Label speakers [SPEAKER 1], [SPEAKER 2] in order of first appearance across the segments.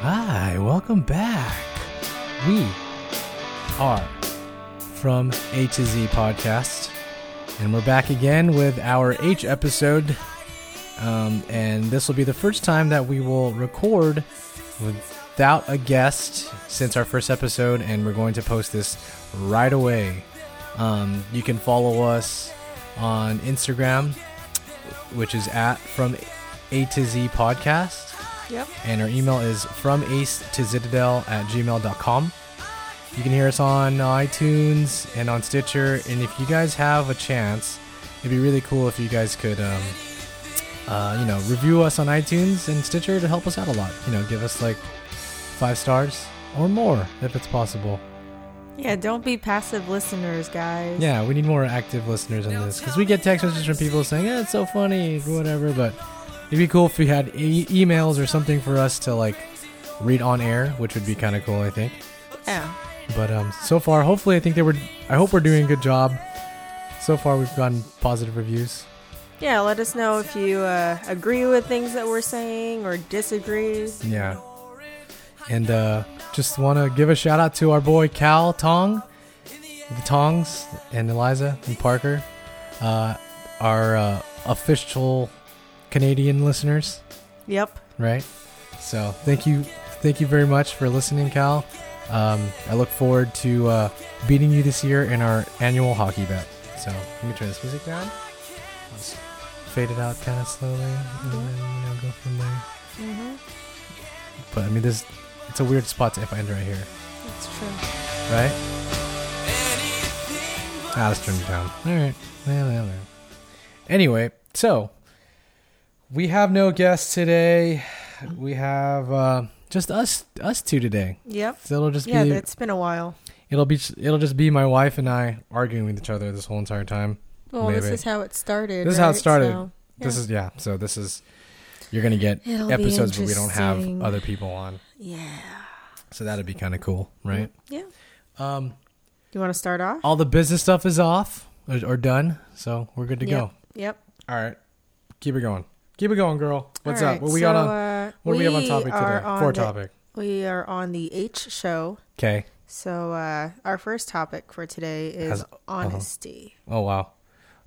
[SPEAKER 1] Hi, welcome back. We are from A to Z podcast, and we're back again with our H episode. Um, and this will be the first time that we will record without a guest since our first episode, and we're going to post this right away. Um, you can follow us on Instagram, which is at from A to Z podcast
[SPEAKER 2] Yep.
[SPEAKER 1] and our email is from ace to citadel at gmail.com you can hear us on itunes and on stitcher and if you guys have a chance it'd be really cool if you guys could um, uh, you know review us on itunes and stitcher to help us out a lot you know give us like five stars or more if it's possible
[SPEAKER 2] Yeah, don't be passive listeners, guys.
[SPEAKER 1] yeah we need more active listeners on this because we get text messages from people saying yeah it's so funny whatever but it'd be cool if we had e- emails or something for us to like read on air which would be kind of cool i think
[SPEAKER 2] Yeah.
[SPEAKER 1] But um, so far, hopefully, I think they were. I hope we're doing a good job. So far, we've gotten positive reviews.
[SPEAKER 2] Yeah, let us know if you uh, agree with things that we're saying or disagree.
[SPEAKER 1] Yeah. And uh, just want to give a shout out to our boy Cal Tong, the Tongs, and Eliza and Parker, uh, our uh, official Canadian listeners,
[SPEAKER 2] Yep.
[SPEAKER 1] right? So thank you, thank you very much for listening, Cal. Um, I look forward to uh, beating you this year in our annual hockey bet. So let me turn this music down. fade it out kind of slowly, and then you know go from there.
[SPEAKER 2] hmm
[SPEAKER 1] But I mean, this it's a weird spot to if I end right here,
[SPEAKER 2] That's true.
[SPEAKER 1] right? Ah, let's turn it down. All right. Yeah, yeah, yeah. Anyway, so we have no guests today. We have uh, just us us two today.
[SPEAKER 2] Yep.
[SPEAKER 1] So it'll just
[SPEAKER 2] Yeah,
[SPEAKER 1] be
[SPEAKER 2] it's been a while.
[SPEAKER 1] it'll be it'll just be my wife and I arguing with each other this whole entire time.
[SPEAKER 2] Well, this
[SPEAKER 1] Maybe.
[SPEAKER 2] is how it started.
[SPEAKER 1] This is how it
[SPEAKER 2] right?
[SPEAKER 1] started.
[SPEAKER 2] So,
[SPEAKER 1] This
[SPEAKER 2] yeah.
[SPEAKER 1] is yeah. So this is you're gonna get
[SPEAKER 2] It'll be
[SPEAKER 1] episodes where we don't have
[SPEAKER 2] interesting.
[SPEAKER 1] other people on.
[SPEAKER 2] Yeah.
[SPEAKER 1] So that'd be kind of cool, right?
[SPEAKER 2] Yeah.
[SPEAKER 1] Um,
[SPEAKER 2] You want to start off?
[SPEAKER 1] all the business stuff is off or, or done, so we're good to
[SPEAKER 2] yep.
[SPEAKER 1] go.
[SPEAKER 2] Yep.
[SPEAKER 1] All right, keep it going. Keep it going, girl. What's
[SPEAKER 2] All
[SPEAKER 1] up?
[SPEAKER 2] right,
[SPEAKER 1] What we
[SPEAKER 2] so,
[SPEAKER 1] got on?
[SPEAKER 2] Uh,
[SPEAKER 1] What do we have on topic
[SPEAKER 2] are
[SPEAKER 1] today?
[SPEAKER 2] on
[SPEAKER 1] For
[SPEAKER 2] the-
[SPEAKER 1] topic.
[SPEAKER 2] We are on the H show.
[SPEAKER 1] Okay.
[SPEAKER 2] So uh, our first topic for today is
[SPEAKER 1] Has- uh-huh.
[SPEAKER 2] honesty.
[SPEAKER 1] Oh wow.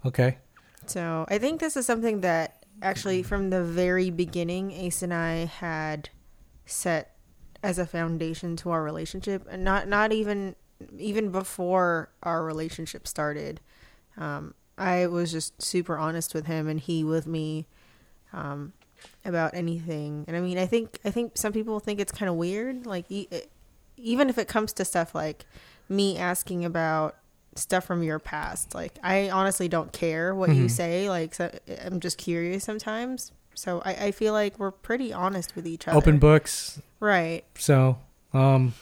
[SPEAKER 1] Okay.
[SPEAKER 2] So I think this is something that actually from the very beginning, Ace and I had set as a foundation to our relationship, and not not even even before our relationship started. Um, I was just super honest with him, and he with me um, about anything. And I mean, I think I think some people think it's kind of weird, like e- even if it comes to stuff like me asking about stuff from your past. Like I honestly don't care what
[SPEAKER 1] Mm-hmm.
[SPEAKER 2] you say. Like so, I'm just curious sometimes. So I, I feel like we're pretty honest with each other.
[SPEAKER 1] Open books.
[SPEAKER 2] right?
[SPEAKER 1] So, um,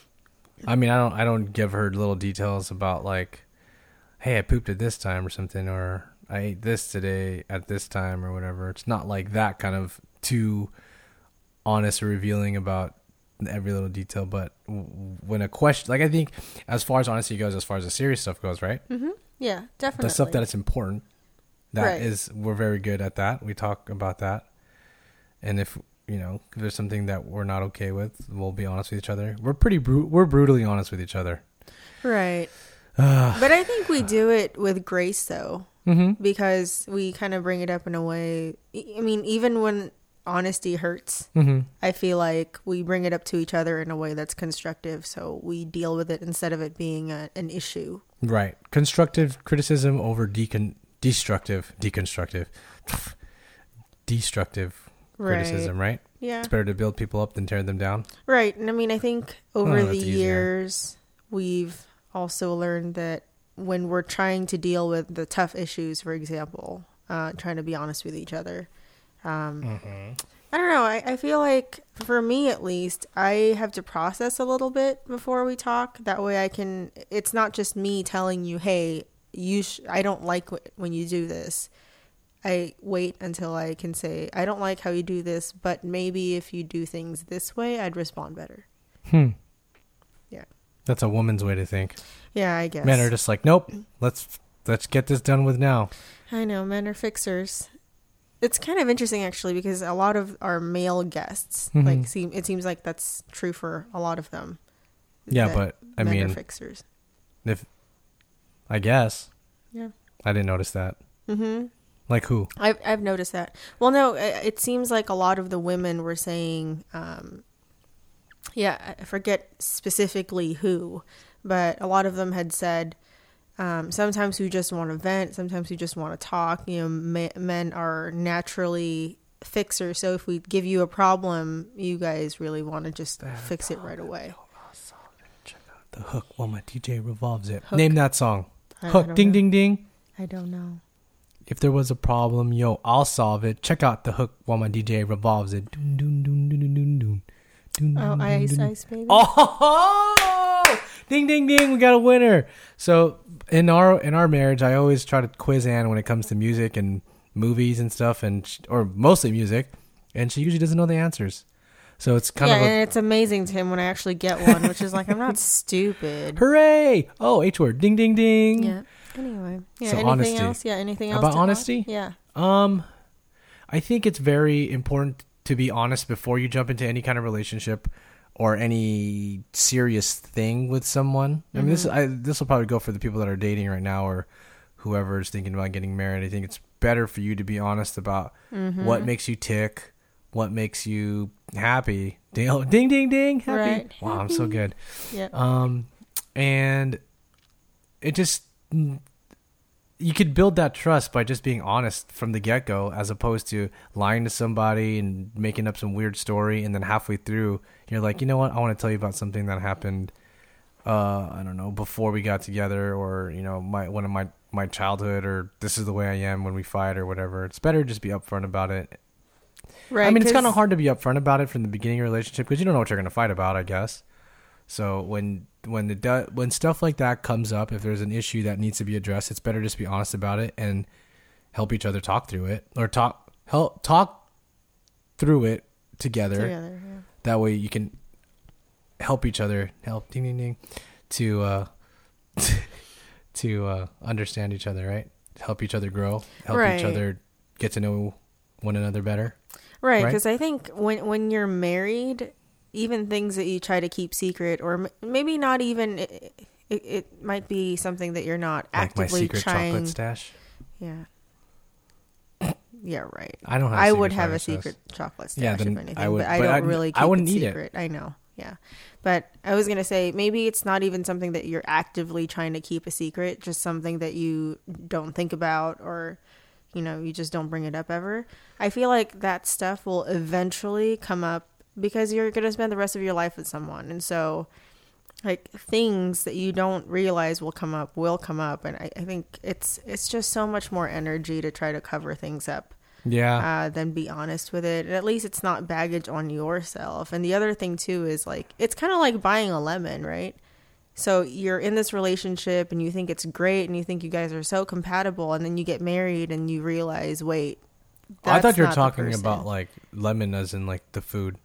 [SPEAKER 1] I mean, I don't, I don't give her little details about like, hey, I pooped at this time or something, or I ate this today at this time or whatever. It's not like that kind of too honest or revealing about every little detail. But w- when a question, like I think, as far as honesty goes, as far as the serious stuff goes, right?
[SPEAKER 2] Yeah, definitely.
[SPEAKER 1] the stuff that is important that
[SPEAKER 2] Right.
[SPEAKER 1] is, we're very good at that we talk about that and if you know if there's something that we're not okay with we'll be honest with each other we're pretty bru- we're brutally honest with each other
[SPEAKER 2] right. but I think we do it with grace though,
[SPEAKER 1] mm-hmm
[SPEAKER 2] because we kind of bring it up in a way. e, I mean, even when honesty hurts,
[SPEAKER 1] mm-hmm
[SPEAKER 2] I feel like we bring it up to each other in a way that's constructive. So we deal with it instead of it being a, an issue.
[SPEAKER 1] right constructive criticism over decon destructive deconstructive destructive
[SPEAKER 2] Right.
[SPEAKER 1] criticism right
[SPEAKER 2] Yeah.
[SPEAKER 1] it's better to build people up than tear them down
[SPEAKER 2] Right. And I mean, I think over
[SPEAKER 1] Oh,
[SPEAKER 2] the
[SPEAKER 1] that's easier.
[SPEAKER 2] years, we've also learned that when we're trying to deal with the tough issues, for example, uh, trying to be honest with each other. Um,
[SPEAKER 1] Mm-hmm.
[SPEAKER 2] I don't know. I, I feel like, for me at least, I have to process a little bit before we talk. That way I can, it's not just me telling you, hey, you sh- I don't like wh- when you do this. I wait until I can say, I don't like how you do this, but maybe if you do things this way, I'd respond better.
[SPEAKER 1] hmm
[SPEAKER 2] Yeah.
[SPEAKER 1] that's a woman's way to think
[SPEAKER 2] Yeah, I guess.
[SPEAKER 1] men are just like nope let's let's get this done with now
[SPEAKER 2] I know, men are fixers. it's kind of interesting actually because a lot of our male guests
[SPEAKER 1] Mhm.
[SPEAKER 2] like seem it seems like that's true for a lot of them.
[SPEAKER 1] Yeah,
[SPEAKER 2] that
[SPEAKER 1] but I
[SPEAKER 2] men are
[SPEAKER 1] mean,
[SPEAKER 2] fixers.
[SPEAKER 1] if I guess
[SPEAKER 2] Yeah.
[SPEAKER 1] I didn't notice that.
[SPEAKER 2] Mm-hmm.
[SPEAKER 1] Like who?
[SPEAKER 2] I've I've noticed that. Well, no, i- it seems like a lot of the women were saying, um, yeah, I forget specifically who, but a lot of them had said, um, sometimes we just want to vent, sometimes we just want to talk. You know, ma- men are naturally fixers, so if we give you a problem, you guys really want to just fix it right away.
[SPEAKER 1] Check out the hook while my DJ revolves it.
[SPEAKER 2] Hook.
[SPEAKER 1] Name that song.
[SPEAKER 2] I- I
[SPEAKER 1] hook.
[SPEAKER 2] don't
[SPEAKER 1] Ding
[SPEAKER 2] know.
[SPEAKER 1] ding ding.
[SPEAKER 2] I don't know.
[SPEAKER 1] If there was a problem, yo, I'll solve it. Check out the hook while my DJ revolves it. Doon, doon, doon, doon, doon, doon, doon. Doon,
[SPEAKER 2] Oh,
[SPEAKER 1] doon,
[SPEAKER 2] ice,
[SPEAKER 1] doon, doon.
[SPEAKER 2] ice baby.
[SPEAKER 1] Oh, ding, ding, ding! We got a winner. So in our in our marriage, I always try to quiz Anne when it comes to music and movies and stuff, and sh or mostly music, and she usually doesn't know the answers. So it's kind
[SPEAKER 2] yeah,
[SPEAKER 1] of a,
[SPEAKER 2] and it's amazing to him when I actually get one, which is like I'm not stupid.
[SPEAKER 1] hooray! Oh, H word, ding, ding, ding.
[SPEAKER 2] Yeah. Anyway. Yeah.
[SPEAKER 1] So
[SPEAKER 2] anything
[SPEAKER 1] honesty.
[SPEAKER 2] else? Yeah. Anything else
[SPEAKER 1] About
[SPEAKER 2] to add?
[SPEAKER 1] honesty?
[SPEAKER 2] Yeah.
[SPEAKER 1] Um, I think it's very important to be honest before you jump into any kind of relationship or any serious thing with someone. I mean,
[SPEAKER 2] Mm-hmm.
[SPEAKER 1] this I, this will probably go for the people that are dating right now or whoever is thinking about getting married. I think it's better for you to be honest about
[SPEAKER 2] Mm-hmm.
[SPEAKER 1] what makes you tick, what makes you happy. Ding, ding, ding, ding, happy.
[SPEAKER 2] Right.
[SPEAKER 1] Wow, I'm so good.
[SPEAKER 2] Yeah.
[SPEAKER 1] Um, and it just you could build that trust by just being honest from the get go, as opposed to lying to somebody and making up some weird story, and then halfway through you're like, you know what, I want to tell you about something that happened. Uh, I don't know before we got together, or you know, my one of my my childhood, or this is the way I am when we fight, or whatever. It's better to just be upfront about it.
[SPEAKER 2] right.
[SPEAKER 1] I mean, it's
[SPEAKER 2] 'cause-
[SPEAKER 1] kind of hard to be upfront about it from the beginning of a relationship because you don't know what you're going to fight about, I guess. So when when the du- when stuff like that comes up, if there's an issue that needs to be addressed, it's better just be honest about it and help each other talk through it or talk help talk through it together.
[SPEAKER 2] Together. Yeah.
[SPEAKER 1] That way you can help each other help ding ding ding to uh, to uh, understand each other, right? Help each other grow, help
[SPEAKER 2] Right.
[SPEAKER 1] each other get to know one another better.
[SPEAKER 2] Right.
[SPEAKER 1] Right?
[SPEAKER 2] Because I think when when you're married, even things that you try to keep secret, or m- maybe not even. It, it, it might be something that you're not
[SPEAKER 1] like my
[SPEAKER 2] actively
[SPEAKER 1] secret
[SPEAKER 2] trying.
[SPEAKER 1] chocolate stash.
[SPEAKER 2] yeah. Yeah. Right.
[SPEAKER 1] I don't have.
[SPEAKER 2] I
[SPEAKER 1] secret
[SPEAKER 2] would have a
[SPEAKER 1] chocolate
[SPEAKER 2] secret chocolate stash
[SPEAKER 1] Yeah,
[SPEAKER 2] if
[SPEAKER 1] then
[SPEAKER 2] anything,
[SPEAKER 1] I would-
[SPEAKER 2] but I
[SPEAKER 1] but
[SPEAKER 2] don't
[SPEAKER 1] I-
[SPEAKER 2] really. Keep
[SPEAKER 1] I wouldn't
[SPEAKER 2] it
[SPEAKER 1] eat it.
[SPEAKER 2] secret. I know, yeah. But I was gonna say maybe it's not even something that you're actively trying to keep a secret, just something that you don't think about or, you know, you just don't bring it up ever. I feel like that stuff will eventually come up because you're gonna spend the rest of your life with someone, and so like things that you don't realize will come up will come up and I, I think it's it's just so much more energy to try to cover things up
[SPEAKER 1] stash. Yeah,
[SPEAKER 2] uh, then be honest with it. And at least it's not baggage on yourself. And the other thing too is like it's kind of like buying a lemon, right? So you're in this relationship and you think it's great and you think you guys are so compatible, and then you get married and you realize, wait,
[SPEAKER 1] I thought
[SPEAKER 2] that's
[SPEAKER 1] you were
[SPEAKER 2] not the
[SPEAKER 1] talking
[SPEAKER 2] person.
[SPEAKER 1] about like lemon as in like the food.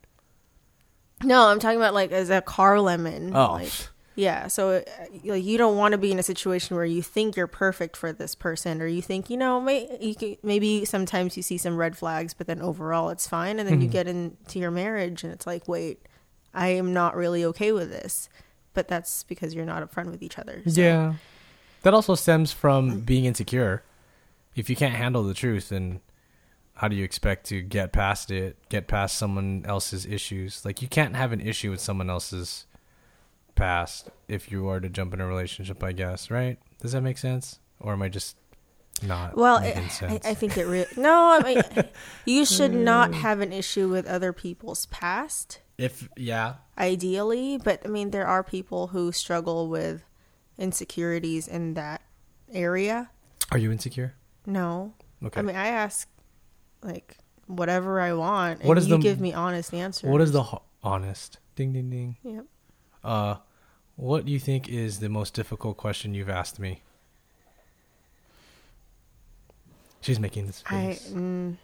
[SPEAKER 2] No, I'm talking about like as a car lemon.
[SPEAKER 1] Oh.
[SPEAKER 2] Like, yeah. So uh, like you don't want to be in a situation where you think you're perfect for this person or you think, you know, may, you can, maybe sometimes you see some red flags, but then overall it's fine. And then
[SPEAKER 1] Hmm.
[SPEAKER 2] you get into your marriage and it's like, wait, I am not really okay with this. But that's because you're not upfront with each other. So-
[SPEAKER 1] Yeah, that also stems from being insecure. If you can't handle the truth, then how do you expect to get past it? Get past someone else's issues? Like you can't have an issue with someone else's past if you are to jump in a relationship. I guess right? Does that make sense? Or am I just not?
[SPEAKER 2] Well, it,
[SPEAKER 1] making
[SPEAKER 2] I,
[SPEAKER 1] sense? Hmm.
[SPEAKER 2] I think it really. No, I mean, you should not have an issue with other people's past.
[SPEAKER 1] if yeah,
[SPEAKER 2] ideally, but I mean, there are people who struggle with insecurities in that area.
[SPEAKER 1] are you insecure?
[SPEAKER 2] No,
[SPEAKER 1] Okay.
[SPEAKER 2] I mean, I ask like whatever I want, and
[SPEAKER 1] What is
[SPEAKER 2] you
[SPEAKER 1] the-
[SPEAKER 2] give me honest answers.
[SPEAKER 1] What is the ho- honest? Ding ding ding.
[SPEAKER 2] Yep.
[SPEAKER 1] Uh, what do you think is the most difficult question you've asked me? She's making this
[SPEAKER 2] I.
[SPEAKER 1] face.
[SPEAKER 2] Mm,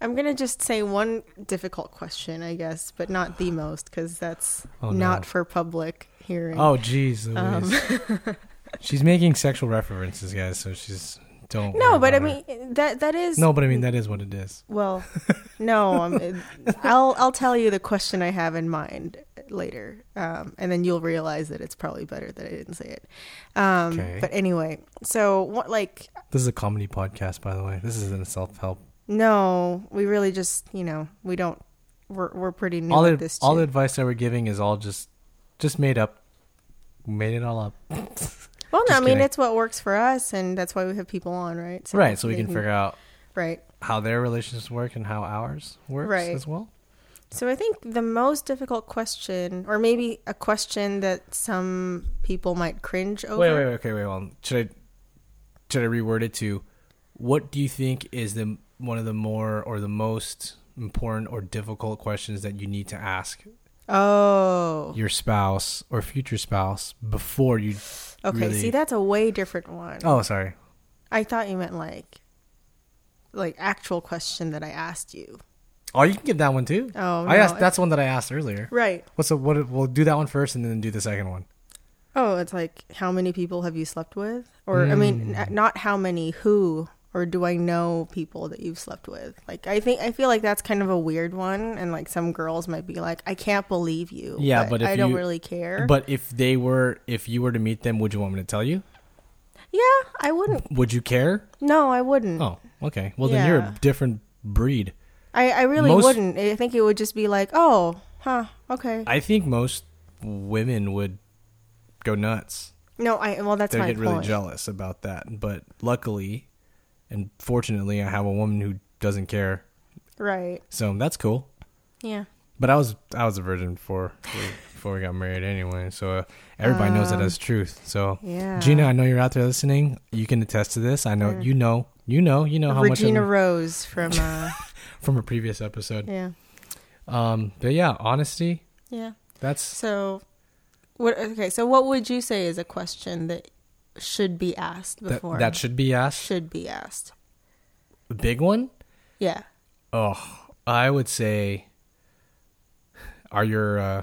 [SPEAKER 2] I'm gonna just say one difficult question, I guess, but not the most, because that's
[SPEAKER 1] Oh, no.
[SPEAKER 2] not for public hearing.
[SPEAKER 1] oh, jeez, Louise.
[SPEAKER 2] Um,
[SPEAKER 1] she's making sexual references, guys. So she's Don't.
[SPEAKER 2] No,
[SPEAKER 1] worry
[SPEAKER 2] but I
[SPEAKER 1] about it.
[SPEAKER 2] mean that that is
[SPEAKER 1] No, but I mean that is what it is.
[SPEAKER 2] Well, no, I'm, I'll I'll tell you the question I have in mind later, um, and then you'll realize that it's probably better that I didn't say it. Um,
[SPEAKER 1] Okay.
[SPEAKER 2] But anyway, so what? Like,
[SPEAKER 1] This is a comedy podcast, by the way. This isn't a self help.
[SPEAKER 2] no, we really just you know we don't. We're we're pretty new
[SPEAKER 1] All
[SPEAKER 2] at
[SPEAKER 1] the
[SPEAKER 2] this.
[SPEAKER 1] all the
[SPEAKER 2] shit.
[SPEAKER 1] advice that we're giving is all just just made up. Made it all up.
[SPEAKER 2] well, no, I
[SPEAKER 1] just
[SPEAKER 2] mean
[SPEAKER 1] kidding.
[SPEAKER 2] it's what works for us, and that's why we have people on, right?
[SPEAKER 1] right, so we
[SPEAKER 2] they
[SPEAKER 1] can figure out
[SPEAKER 2] Right.
[SPEAKER 1] how their relationships work and how ours works
[SPEAKER 2] Right.
[SPEAKER 1] as well.
[SPEAKER 2] So I think the most difficult question, or maybe a question that some people might cringe over.
[SPEAKER 1] Wait, wait, wait, okay, wait. Well, should I should I reword it to what do you think is the one of the more or the most important or difficult questions that you need to ask
[SPEAKER 2] Oh.
[SPEAKER 1] your spouse or future spouse before you
[SPEAKER 2] Okay,
[SPEAKER 1] really-
[SPEAKER 2] see, that's a way different one.
[SPEAKER 1] Oh, sorry.
[SPEAKER 2] I thought you meant like, like actual question that I asked you.
[SPEAKER 1] Oh, you can get that one too.
[SPEAKER 2] Oh,
[SPEAKER 1] I
[SPEAKER 2] no,
[SPEAKER 1] asked.
[SPEAKER 2] I-
[SPEAKER 1] That's one that I asked earlier.
[SPEAKER 2] Right.
[SPEAKER 1] What's up? What? We'll do that one first, and then do the second one.
[SPEAKER 2] Oh, it's like how many people have you slept with, or I
[SPEAKER 1] Hmm.
[SPEAKER 2] mean, n- not how many, who, or do I know people that you've slept with? Like, I think I feel like that's kind of a weird one, and like some girls might be like, I can't believe you.
[SPEAKER 1] Yeah, but if
[SPEAKER 2] I don't
[SPEAKER 1] you-
[SPEAKER 2] really care.
[SPEAKER 1] But if they were, if you were to meet them, would you want me to tell you?
[SPEAKER 2] yeah, I wouldn't.
[SPEAKER 1] Would you care?
[SPEAKER 2] No, I wouldn't.
[SPEAKER 1] Oh, okay. Well, then you're a
[SPEAKER 2] Yeah.
[SPEAKER 1] different breed.
[SPEAKER 2] I I really
[SPEAKER 1] Most-
[SPEAKER 2] wouldn't. I think it would just be like, oh, huh, okay.
[SPEAKER 1] I think most women would go nuts.
[SPEAKER 2] no, I well, that's
[SPEAKER 1] They
[SPEAKER 2] my
[SPEAKER 1] get really
[SPEAKER 2] point.
[SPEAKER 1] jealous about that. But luckily, and fortunately, I have a woman who doesn't care,
[SPEAKER 2] Right.
[SPEAKER 1] so that's cool.
[SPEAKER 2] Yeah.
[SPEAKER 1] But I was I was a virgin before we, before we got married anyway, so uh, everybody knows that as truth. So
[SPEAKER 2] Um, yeah.
[SPEAKER 1] Gina, I know you're out there listening. You can attest to this. I know you know you know you know how
[SPEAKER 2] Regina
[SPEAKER 1] much
[SPEAKER 2] Rose from uh,
[SPEAKER 1] I'm- from a previous episode.
[SPEAKER 2] yeah,
[SPEAKER 1] Um, but yeah, honesty.
[SPEAKER 2] yeah.
[SPEAKER 1] That's
[SPEAKER 2] So, what? Okay, so what would you say is a question that should be asked
[SPEAKER 1] that,
[SPEAKER 2] before
[SPEAKER 1] that should be asked.
[SPEAKER 2] should be asked?
[SPEAKER 1] The big one.
[SPEAKER 2] Yeah.
[SPEAKER 1] Oh, I would say, are your uh,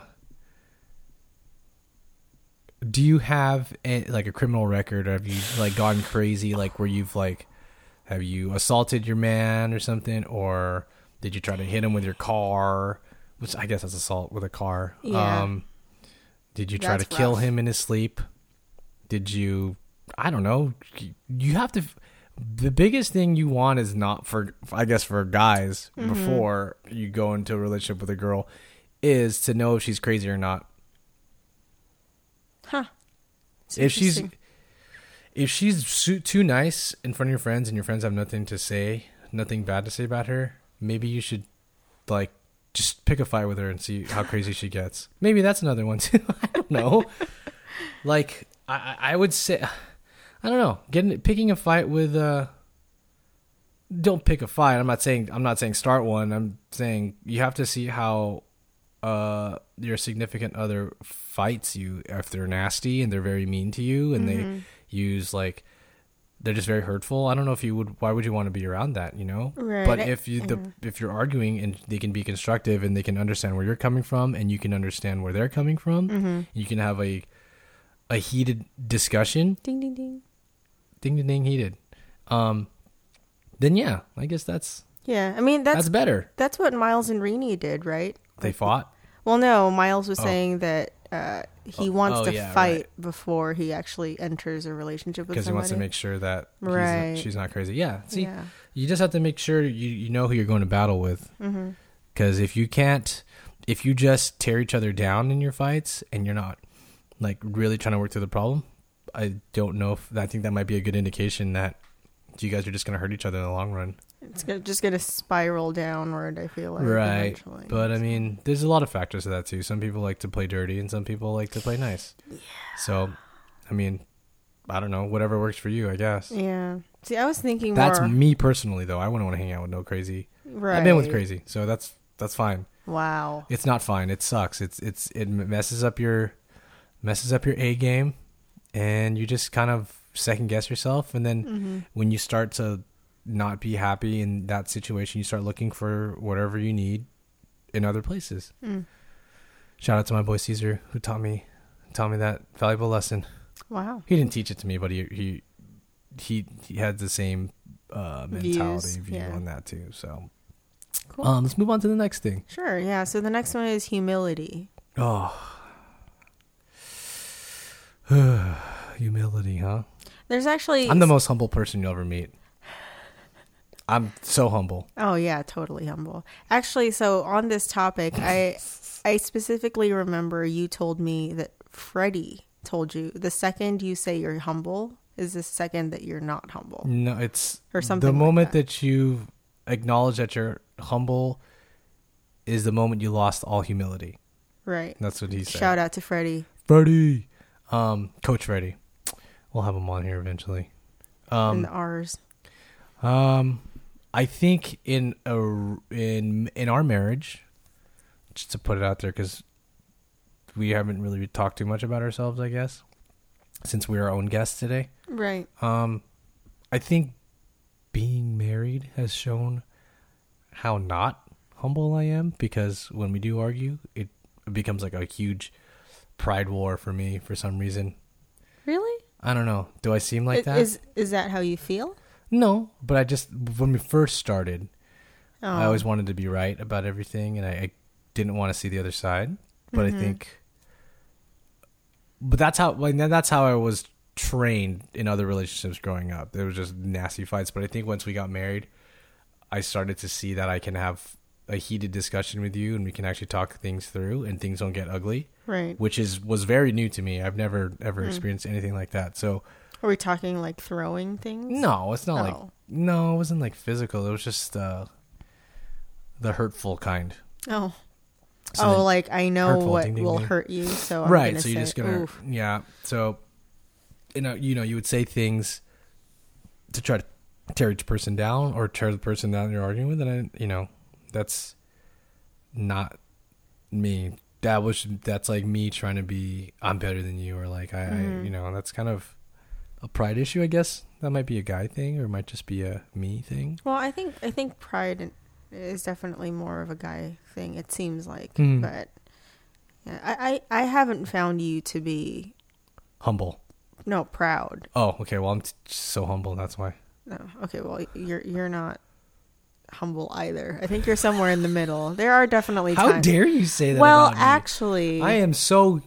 [SPEAKER 1] do you have a, like a criminal record? Or have you like gone crazy? Like where you've like have you assaulted your man or something, or did you try to hit him with your car? Which I guess that's assault with a car. Um,
[SPEAKER 2] Yeah.
[SPEAKER 1] did you try
[SPEAKER 2] That's
[SPEAKER 1] to kill
[SPEAKER 2] rough.
[SPEAKER 1] him in his sleep? Did you? I don't know. You have to. The biggest thing you want is not for, I guess, for guys
[SPEAKER 2] Mm-hmm.
[SPEAKER 1] before you go into a relationship with a girl, is to know if she's crazy or not.
[SPEAKER 2] Huh. It's
[SPEAKER 1] If she's,
[SPEAKER 2] interesting.
[SPEAKER 1] if she's su- too nice in front of your friends and your friends have nothing to say, nothing bad to say about her, maybe you should, like, just pick a fight with her and see how crazy she gets. Maybe that's another one too. I don't know. like I, I I would say, I don't know. Getting picking a fight with uh, don't pick a fight. I'm not saying I'm not saying start one. I'm saying you have to see how uh your significant other fights you if they're nasty and they're very mean to you and they use like they're just very hurtful. I don't know if you would. Why would you want to be around that? You know.
[SPEAKER 2] Right.
[SPEAKER 1] But if you the if you're arguing and they can be constructive and they can understand where you're coming from and you can understand where they're coming from, you can have a a heated discussion.
[SPEAKER 2] ding ding ding.
[SPEAKER 1] Ding ding ding heated. Um, then yeah, I guess that's
[SPEAKER 2] Yeah, I mean that's
[SPEAKER 1] that's
[SPEAKER 2] that's,
[SPEAKER 1] better.
[SPEAKER 2] what Miles and Rini did, right?
[SPEAKER 1] They fought.
[SPEAKER 2] Well, no, Miles was saying that. Uh, he wants
[SPEAKER 1] oh,
[SPEAKER 2] to
[SPEAKER 1] yeah, right.
[SPEAKER 2] fight before he actually enters a relationship with
[SPEAKER 1] because he
[SPEAKER 2] somebody.
[SPEAKER 1] wants to make sure that he's not-
[SPEAKER 2] Right.
[SPEAKER 1] she's not crazy. Yeah, see,
[SPEAKER 2] Yeah.
[SPEAKER 1] you just have to make sure you, you know who you're going to battle with.
[SPEAKER 2] Mm-hmm.
[SPEAKER 1] Because if you can't, if you just tear each other down in your fights and you're not like really trying to work through the problem, I don't know if I think that might be a good indication that you guys are just going to hurt each other in the long run.
[SPEAKER 2] it's gonna, just going to spiral downward. I feel like
[SPEAKER 1] right.
[SPEAKER 2] eventually.
[SPEAKER 1] But I mean, there's a lot of factors to that too. Some people like to play dirty and some people like to play nice. Yeah. So, I mean, I don't know, whatever works for you, I guess.
[SPEAKER 2] yeah. See, I was thinking
[SPEAKER 1] That's
[SPEAKER 2] more.
[SPEAKER 1] me personally, though. I wouldn't want to hang out with no crazy.
[SPEAKER 2] right.
[SPEAKER 1] I've been with crazy, so that's that's fine.
[SPEAKER 2] Wow.
[SPEAKER 1] It's not fine. It sucks. It's it's it messes up your messes up your A game, and you just kind of second guess yourself. And then
[SPEAKER 2] Mm-hmm.
[SPEAKER 1] when you start to not be happy in that situation, you start looking for whatever you need in other places.
[SPEAKER 2] Mm.
[SPEAKER 1] Shout out to my boy Caesar who taught me taught me that valuable lesson.
[SPEAKER 2] Wow.
[SPEAKER 1] He didn't teach it to me, but he he he, he had the same uh, mentality
[SPEAKER 2] Views,
[SPEAKER 1] view
[SPEAKER 2] yeah.
[SPEAKER 1] on that too. So
[SPEAKER 2] Cool.
[SPEAKER 1] um, let's move on to the next thing.
[SPEAKER 2] Sure. Yeah. So the next one is humility.
[SPEAKER 1] Oh, humility, huh?
[SPEAKER 2] There's actually.
[SPEAKER 1] I'm the most humble person you'll ever meet. I'm so humble.
[SPEAKER 2] oh yeah, totally humble. Actually, so on this topic, I I specifically remember you told me that Freddie told you the second you say you're humble is the second that you're not humble.
[SPEAKER 1] No, it's
[SPEAKER 2] Or something
[SPEAKER 1] The
[SPEAKER 2] like
[SPEAKER 1] moment
[SPEAKER 2] that.
[SPEAKER 1] that. you acknowledge that you're humble is the moment you lost all humility.
[SPEAKER 2] Right.
[SPEAKER 1] That's what he said.
[SPEAKER 2] Shout out to Freddie.
[SPEAKER 1] Freddie, um, Coach Freddie. We'll have him on here eventually.
[SPEAKER 2] and the R's.
[SPEAKER 1] Um, I think in a in in our marriage, just to put it out there, because we haven't really talked too much about ourselves, I guess, since we're our own guests today.
[SPEAKER 2] Right.
[SPEAKER 1] Um, I think being married has shown how not humble I am because when we do argue, it becomes like a huge pride war for me for some reason.
[SPEAKER 2] Really?
[SPEAKER 1] I don't know. Do I seem like
[SPEAKER 2] Is
[SPEAKER 1] that?
[SPEAKER 2] is is that how you feel?
[SPEAKER 1] no, but I just when we first started,
[SPEAKER 2] Oh,
[SPEAKER 1] I always wanted to be right about everything, and I, I didn't want to see the other side. But
[SPEAKER 2] Mm-hmm.
[SPEAKER 1] I think, but that's how like that- that's how I was trained in other relationships growing up. There was just nasty fights. But I think once we got married, I started to see that I can have a heated discussion with you, and we can actually talk things through, and things don't get ugly.
[SPEAKER 2] right.
[SPEAKER 1] Which is was very new to me. I've never ever
[SPEAKER 2] Hmm.
[SPEAKER 1] experienced anything like that. So
[SPEAKER 2] Are we talking like throwing things?
[SPEAKER 1] no, it's not like
[SPEAKER 2] Oh.
[SPEAKER 1] no, it wasn't like physical. It was just uh, the hurtful kind.
[SPEAKER 2] Oh.
[SPEAKER 1] So
[SPEAKER 2] oh,
[SPEAKER 1] then-
[SPEAKER 2] like I know
[SPEAKER 1] hurtful,
[SPEAKER 2] what
[SPEAKER 1] ding, ding,
[SPEAKER 2] will
[SPEAKER 1] ding.
[SPEAKER 2] hurt you, so I'm
[SPEAKER 1] right
[SPEAKER 2] Gonna
[SPEAKER 1] so you're
[SPEAKER 2] say,
[SPEAKER 1] just gonna
[SPEAKER 2] "Oof."
[SPEAKER 1] yeah so you know you know you would say things to try to tear each person down or tear the person down you're arguing with and I, you know that's not me that was that's like me trying to be i'm better than you or like i,
[SPEAKER 2] Mm-hmm.
[SPEAKER 1] I you know that's kind of a pride issue i guess that might be a guy thing or it might just be a me thing
[SPEAKER 2] Well, I think I think pride in- is definitely more of a guy thing. It seems like,
[SPEAKER 1] Mm.
[SPEAKER 2] but yeah, I, I I haven't found you to be
[SPEAKER 1] humble
[SPEAKER 2] no proud.
[SPEAKER 1] oh okay well i'm t- so humble that's why
[SPEAKER 2] No, okay. Well, you're you're not humble either. I think you're somewhere in the middle. There are definitely
[SPEAKER 1] how
[SPEAKER 2] times-
[SPEAKER 1] dare you say that
[SPEAKER 2] Well,
[SPEAKER 1] about me?
[SPEAKER 2] actually,
[SPEAKER 1] i am so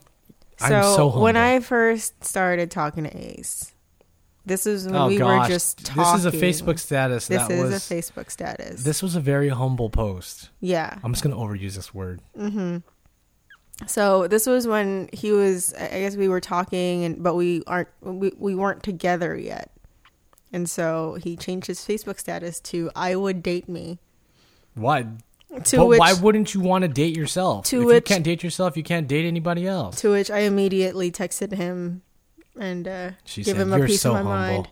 [SPEAKER 1] i'm so
[SPEAKER 2] So
[SPEAKER 1] humble.
[SPEAKER 2] when I first started talking to Ace, this is when we were just talking.
[SPEAKER 1] Oh, This is a Facebook status.
[SPEAKER 2] This
[SPEAKER 1] that
[SPEAKER 2] is
[SPEAKER 1] was,
[SPEAKER 2] a Facebook status.
[SPEAKER 1] This was a very humble post.
[SPEAKER 2] yeah.
[SPEAKER 1] I'm just gonna overuse this word.
[SPEAKER 2] So this was when he was. I I guess we were talking, and but we aren't. We we weren't together yet. And so he changed his Facebook status to "I would date me."
[SPEAKER 1] Why?
[SPEAKER 2] To
[SPEAKER 1] but
[SPEAKER 2] which
[SPEAKER 1] why wouldn't you want to date yourself?
[SPEAKER 2] To
[SPEAKER 1] if
[SPEAKER 2] which-
[SPEAKER 1] you can't date yourself, you can't date anybody else.
[SPEAKER 2] to which I immediately texted him and uh,
[SPEAKER 1] She
[SPEAKER 2] give
[SPEAKER 1] said,
[SPEAKER 2] him a
[SPEAKER 1] "You're
[SPEAKER 2] piece
[SPEAKER 1] so
[SPEAKER 2] of my mind.
[SPEAKER 1] humble."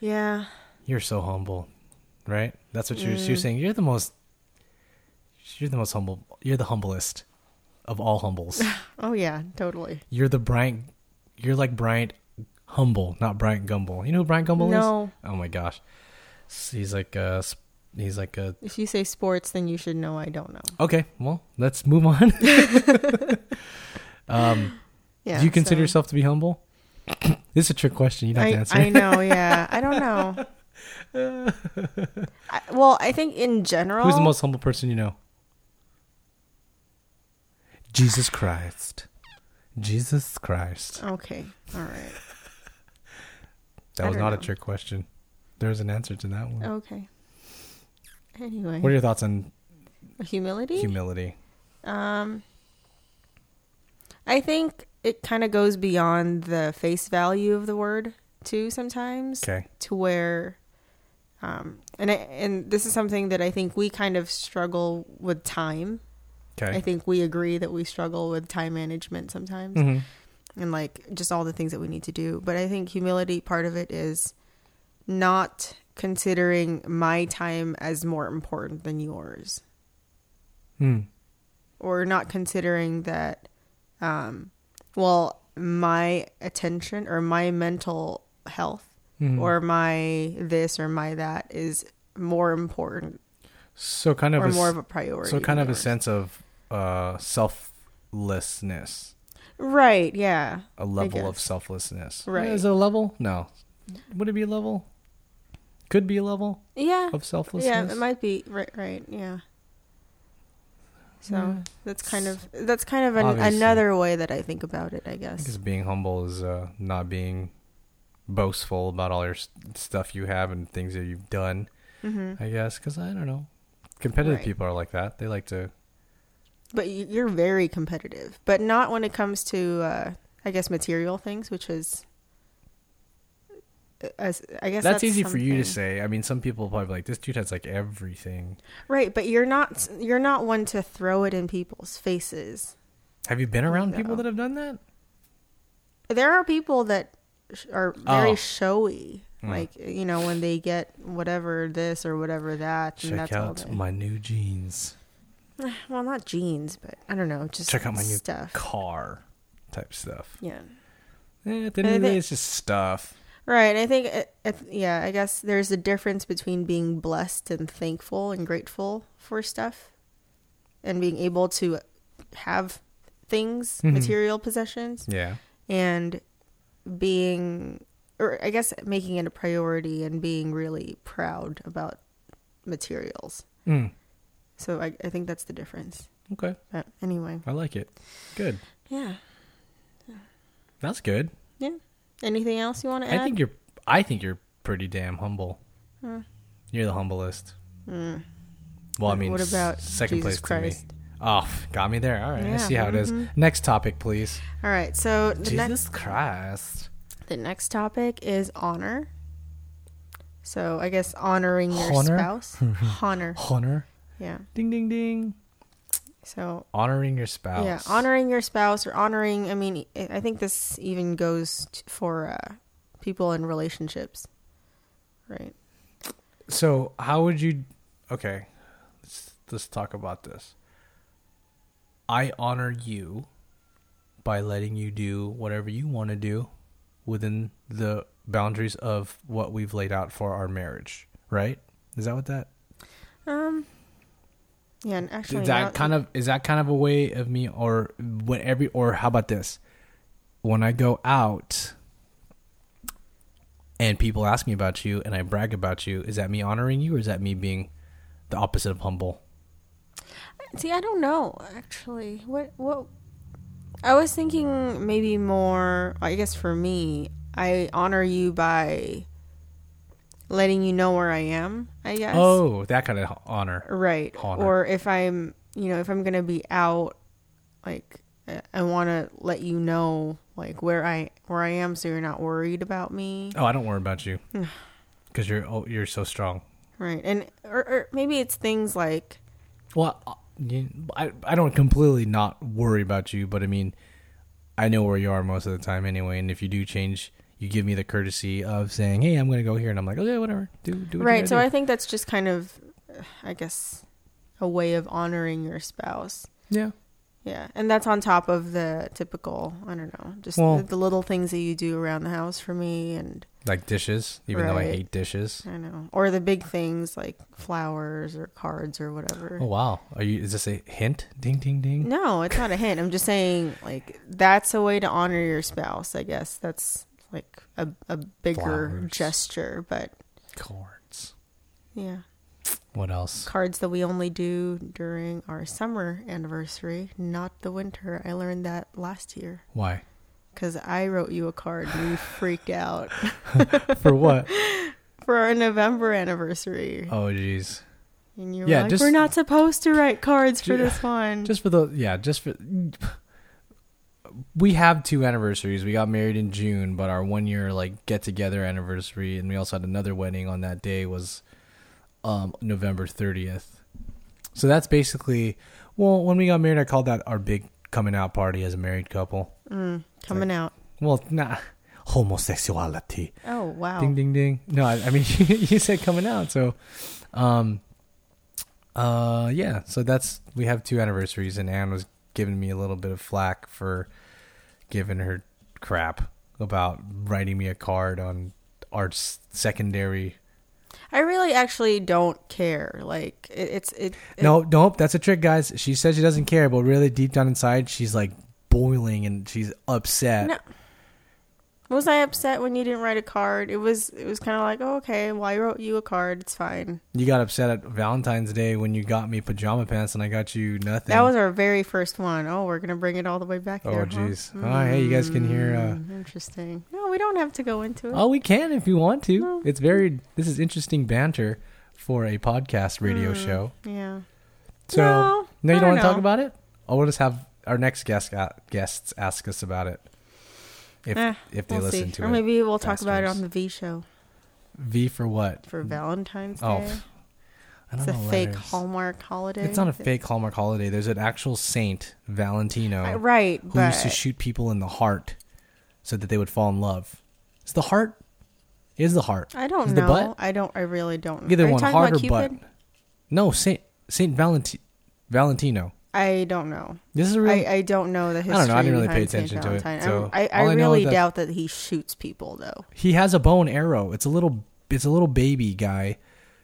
[SPEAKER 2] Yeah.
[SPEAKER 1] You're so humble, right? That's what you're,
[SPEAKER 2] Mm.
[SPEAKER 1] you're saying. You're the most. You're the most humble. You're the humblest of all humbles.
[SPEAKER 2] Oh yeah. Totally.
[SPEAKER 1] you're the Bryant. You're like Bryant Humble, not Bryant Gumbel. You know who Bryant Gumbel is?
[SPEAKER 2] No.
[SPEAKER 1] Oh my gosh, he's like a. s- He's like a
[SPEAKER 2] If you say sports, then you should know I don't know.
[SPEAKER 1] Okay, well, let's move on.
[SPEAKER 2] Yeah.
[SPEAKER 1] Do you consider
[SPEAKER 2] so-
[SPEAKER 1] yourself to be humble? this is a trick question. You don't have to
[SPEAKER 2] I,
[SPEAKER 1] answer.
[SPEAKER 2] I know, yeah. I don't know. I, well, I think in general,
[SPEAKER 1] Who's the most humble person you know? Jesus Christ. Jesus Christ.
[SPEAKER 2] okay, all right,
[SPEAKER 1] That
[SPEAKER 2] I
[SPEAKER 1] was
[SPEAKER 2] don't
[SPEAKER 1] not a
[SPEAKER 2] know. Oh,
[SPEAKER 1] trick question. There's an answer to that one.
[SPEAKER 2] okay. Anyway,
[SPEAKER 1] What are your thoughts on
[SPEAKER 2] humility.
[SPEAKER 1] humility?
[SPEAKER 2] um, I think it kind of goes beyond the face value of the word too. Sometimes,
[SPEAKER 1] Okay.
[SPEAKER 2] to where um and I, and this is something that I think we kind of struggle with time.
[SPEAKER 1] Okay.
[SPEAKER 2] I think we agree that we struggle with time management sometimes.
[SPEAKER 1] hmm
[SPEAKER 2] and like just all the things that we need to do. But I think humility part of it is not considering my time as more important than yours,
[SPEAKER 1] Hmm.
[SPEAKER 2] or not considering that, um, well, my attention or my mental health
[SPEAKER 1] Mm-hmm. Mm.
[SPEAKER 2] or my this or my that is more important
[SPEAKER 1] So kind of
[SPEAKER 2] or
[SPEAKER 1] a,
[SPEAKER 2] more
[SPEAKER 1] s-
[SPEAKER 2] of a priority.
[SPEAKER 1] so kind
[SPEAKER 2] than
[SPEAKER 1] of a
[SPEAKER 2] yours.
[SPEAKER 1] sense of uh, selflessness.
[SPEAKER 2] right? Yeah,
[SPEAKER 1] a level of
[SPEAKER 2] guess.
[SPEAKER 1] selflessness.
[SPEAKER 2] Right.
[SPEAKER 1] Is it a level? No. Would it be a level? Could be a level
[SPEAKER 2] Yeah.
[SPEAKER 1] of
[SPEAKER 2] Uh, Yeah,
[SPEAKER 1] selflessness.
[SPEAKER 2] it might be right. Right. Yeah. So
[SPEAKER 1] Yeah.
[SPEAKER 2] that's kind of that's kind of an,
[SPEAKER 1] Obviously.
[SPEAKER 2] another way that I think about it. I
[SPEAKER 1] I guess
[SPEAKER 2] guess.
[SPEAKER 1] being humble is uh, not being boastful about all your s- stuff you have and things that you've done.
[SPEAKER 2] hmm
[SPEAKER 1] I guess because I don't know. Competitive
[SPEAKER 2] Right.
[SPEAKER 1] people are like that. They like to.
[SPEAKER 2] But you- you're very competitive, but not when it comes to uh, I guess material things, which is. uh, As, I guess
[SPEAKER 1] That's, easy for you to
[SPEAKER 2] something.
[SPEAKER 1] say. I mean, some people probably be like this dude has like everything.
[SPEAKER 2] right? But you're not you're not one to throw it in people's faces.
[SPEAKER 1] Have you been around people
[SPEAKER 2] No.
[SPEAKER 1] that have done that?
[SPEAKER 2] There are people that sh- are very
[SPEAKER 1] Oh.
[SPEAKER 2] showy.
[SPEAKER 1] Mm.
[SPEAKER 2] Like, you know, when they get whatever this or whatever that. And
[SPEAKER 1] Check
[SPEAKER 2] that's all
[SPEAKER 1] out
[SPEAKER 2] they,
[SPEAKER 1] my new jeans.
[SPEAKER 2] well, not jeans, but I don't know. Just
[SPEAKER 1] Check out my new
[SPEAKER 2] stuff.
[SPEAKER 1] car type stuff.
[SPEAKER 2] yeah.
[SPEAKER 1] Eh, at the end of
[SPEAKER 2] And
[SPEAKER 1] the
[SPEAKER 2] I
[SPEAKER 1] day,
[SPEAKER 2] thi-
[SPEAKER 1] it's just stuff.
[SPEAKER 2] Right. I think, it, it, yeah, I guess there's a difference between being blessed and thankful and grateful for stuff and being able to have things,
[SPEAKER 1] Mhm.
[SPEAKER 2] material possessions,
[SPEAKER 1] Yeah.
[SPEAKER 2] and being or i guess making it a priority and being really proud about materials
[SPEAKER 1] Mm,
[SPEAKER 2] so i, I think that's the difference
[SPEAKER 1] okay.
[SPEAKER 2] but anyway
[SPEAKER 1] I like it. Good.
[SPEAKER 2] yeah
[SPEAKER 1] That's good.
[SPEAKER 2] yeah anything else you want to add
[SPEAKER 1] I think you're. I think you're pretty damn humble. You're the humblest. Well, I mean,
[SPEAKER 2] Hmm. what
[SPEAKER 1] s-
[SPEAKER 2] about
[SPEAKER 1] second place
[SPEAKER 2] Jesus Christ?
[SPEAKER 1] to me? Oh, got me there. All right, I
[SPEAKER 2] Yeah,
[SPEAKER 1] see how it is. Next topic, please.
[SPEAKER 2] all right so the
[SPEAKER 1] Jesus
[SPEAKER 2] next
[SPEAKER 1] Christ.
[SPEAKER 2] the next topic is honor so i guess honoring your
[SPEAKER 1] Honor?
[SPEAKER 2] spouse honor
[SPEAKER 1] Honor.
[SPEAKER 2] yeah
[SPEAKER 1] Ding ding ding.
[SPEAKER 2] so
[SPEAKER 1] Honoring your spouse.
[SPEAKER 2] Yeah, honoring your spouse or honoring. I mean, I I think this even goes t- for uh, people in relationships, right?
[SPEAKER 1] So, how would you? Okay, let's let's talk about this. I honor you by letting you do whatever you want to do within the boundaries of what we've laid out for our marriage. Right? Is that what that?
[SPEAKER 2] Um, yeah, and actually,
[SPEAKER 1] Is
[SPEAKER 2] now-
[SPEAKER 1] that kind of is that kind of a way of me or when every or how about this? When I go out and people ask me about you and I brag about you, is that me honoring you or is that me being the opposite of humble?
[SPEAKER 2] see, I don't know actually. What what? I was thinking maybe more. I guess for me, I honor you by letting you know where I am. I guess.
[SPEAKER 1] Oh, that kind of honor.
[SPEAKER 2] right
[SPEAKER 1] Honor.
[SPEAKER 2] or if i'm you know if i'm gonna be out like i, I want to let you know like where i where i am so you're not worried about me
[SPEAKER 1] Oh, I don't worry about you because you're oh, you're so strong.
[SPEAKER 2] right and or, or maybe it's things like
[SPEAKER 1] Well, I- I I don't completely not worry about you, but I mean, I know where you are most of the time anyway. And if you do change, you give me the courtesy of saying, "Hey, I'm going to go here," and I'm like, "Okay, whatever, do do what
[SPEAKER 2] right
[SPEAKER 1] You
[SPEAKER 2] so
[SPEAKER 1] gotta
[SPEAKER 2] i think that's just kind of uh, i guess a way of honoring your spouse
[SPEAKER 1] do." yeah,
[SPEAKER 2] yeah and that's on top of the typical i don't know just
[SPEAKER 1] Well-
[SPEAKER 2] the, the little things that you do around the house for me and
[SPEAKER 1] like dishes, even though I
[SPEAKER 2] Right.
[SPEAKER 1] hate dishes.
[SPEAKER 2] i know or the big things like flowers or cards or whatever
[SPEAKER 1] Oh wow, are you? Is this a hint? Ding ding ding.
[SPEAKER 2] No, it's not a hint. I'm just saying, like, that's a way to honor your spouse, I guess. That's like a, a bigger
[SPEAKER 1] Flowers.
[SPEAKER 2] gesture, but
[SPEAKER 1] Cards.
[SPEAKER 2] yeah.
[SPEAKER 1] What else?
[SPEAKER 2] Cards that we only do during our summer anniversary, not the winter. I learned that last year
[SPEAKER 1] Why?
[SPEAKER 2] because I wrote you a card and you freaked out
[SPEAKER 1] For what?
[SPEAKER 2] for our November anniversary.
[SPEAKER 1] oh jeez.
[SPEAKER 2] And you were
[SPEAKER 1] yeah,
[SPEAKER 2] like,
[SPEAKER 1] just-
[SPEAKER 2] we're not supposed to write cards
[SPEAKER 1] Ju-
[SPEAKER 2] for this one.
[SPEAKER 1] just for the yeah just for we have two anniversaries we got married in june but our one year like get together anniversary and we also had another wedding on that day was um november 30th so that's basically well when we got married i called that our big coming out party as a married couple
[SPEAKER 2] Coming out.
[SPEAKER 1] well nah homosexuality
[SPEAKER 2] Oh, wow.
[SPEAKER 1] ding ding ding no i, I mean you said coming out so um uh yeah so that's we have two anniversaries and anne was giving me a little bit of flack for giving her crap about writing me a card on our s- secondary
[SPEAKER 2] I really actually don't care. Like, it, it's. It, it,
[SPEAKER 1] no nope that's a trick guys she says she doesn't care but really deep down inside she's like boiling and she's upset
[SPEAKER 2] No. Was I upset when you didn't write a card? It was it was kind of like, oh, okay, well I wrote you a card. It's fine.
[SPEAKER 1] You got upset at Valentine's Day when you got me pajama pants and I got you nothing.
[SPEAKER 2] That was our very first one. Oh, we're gonna bring it all the way back.
[SPEAKER 1] Oh
[SPEAKER 2] there,
[SPEAKER 1] jeez. Oh hey, you guys can hear. Uh,
[SPEAKER 2] Hmm, interesting. No, we don't have to go into it.
[SPEAKER 1] oh, we can if you want to. It's very. This is interesting banter for a podcast radio show.
[SPEAKER 2] Yeah.
[SPEAKER 1] So
[SPEAKER 2] Mm. No,
[SPEAKER 1] no, you
[SPEAKER 2] I
[SPEAKER 1] don't want
[SPEAKER 2] don't
[SPEAKER 1] to talk
[SPEAKER 2] know.
[SPEAKER 1] about it. Oh, we'll just have our next guest a- guests ask us about it if
[SPEAKER 2] Eh,
[SPEAKER 1] if they
[SPEAKER 2] we'll
[SPEAKER 1] listen
[SPEAKER 2] see.
[SPEAKER 1] to
[SPEAKER 2] or
[SPEAKER 1] it.
[SPEAKER 2] maybe we'll talk
[SPEAKER 1] fast
[SPEAKER 2] about it
[SPEAKER 1] times.
[SPEAKER 2] on the V show
[SPEAKER 1] V for what?
[SPEAKER 2] for Valentine's
[SPEAKER 1] Oh,
[SPEAKER 2] Day.
[SPEAKER 1] pff, I don't
[SPEAKER 2] It's a
[SPEAKER 1] know
[SPEAKER 2] fake
[SPEAKER 1] letters.
[SPEAKER 2] Hallmark holiday.
[SPEAKER 1] It's not a fake Hallmark holiday. There's an actual saint, Valentino,
[SPEAKER 2] I- Uh, right,
[SPEAKER 1] who
[SPEAKER 2] but
[SPEAKER 1] used to shoot people in the heart so that they would fall in love. It's the heart. It Is the heart?
[SPEAKER 2] I don't
[SPEAKER 1] Is
[SPEAKER 2] know.
[SPEAKER 1] The butt?
[SPEAKER 2] I don't. I really don't.
[SPEAKER 1] Either
[SPEAKER 2] Are you
[SPEAKER 1] one,
[SPEAKER 2] talking
[SPEAKER 1] heart or
[SPEAKER 2] about
[SPEAKER 1] butt.
[SPEAKER 2] Cupid?
[SPEAKER 1] No, Saint Saint Valenti- Valentino.
[SPEAKER 2] I don't know.
[SPEAKER 1] This is a real.
[SPEAKER 2] I, I don't know the
[SPEAKER 1] don't
[SPEAKER 2] history.
[SPEAKER 1] know. I didn't really
[SPEAKER 2] behind
[SPEAKER 1] pay
[SPEAKER 2] Saint
[SPEAKER 1] attention to it,
[SPEAKER 2] Valentine.
[SPEAKER 1] so
[SPEAKER 2] I, I,
[SPEAKER 1] all I know
[SPEAKER 2] really
[SPEAKER 1] is that-
[SPEAKER 2] doubt that he shoots people though.
[SPEAKER 1] he has a bow and arrow. It's a little. It's a little baby guy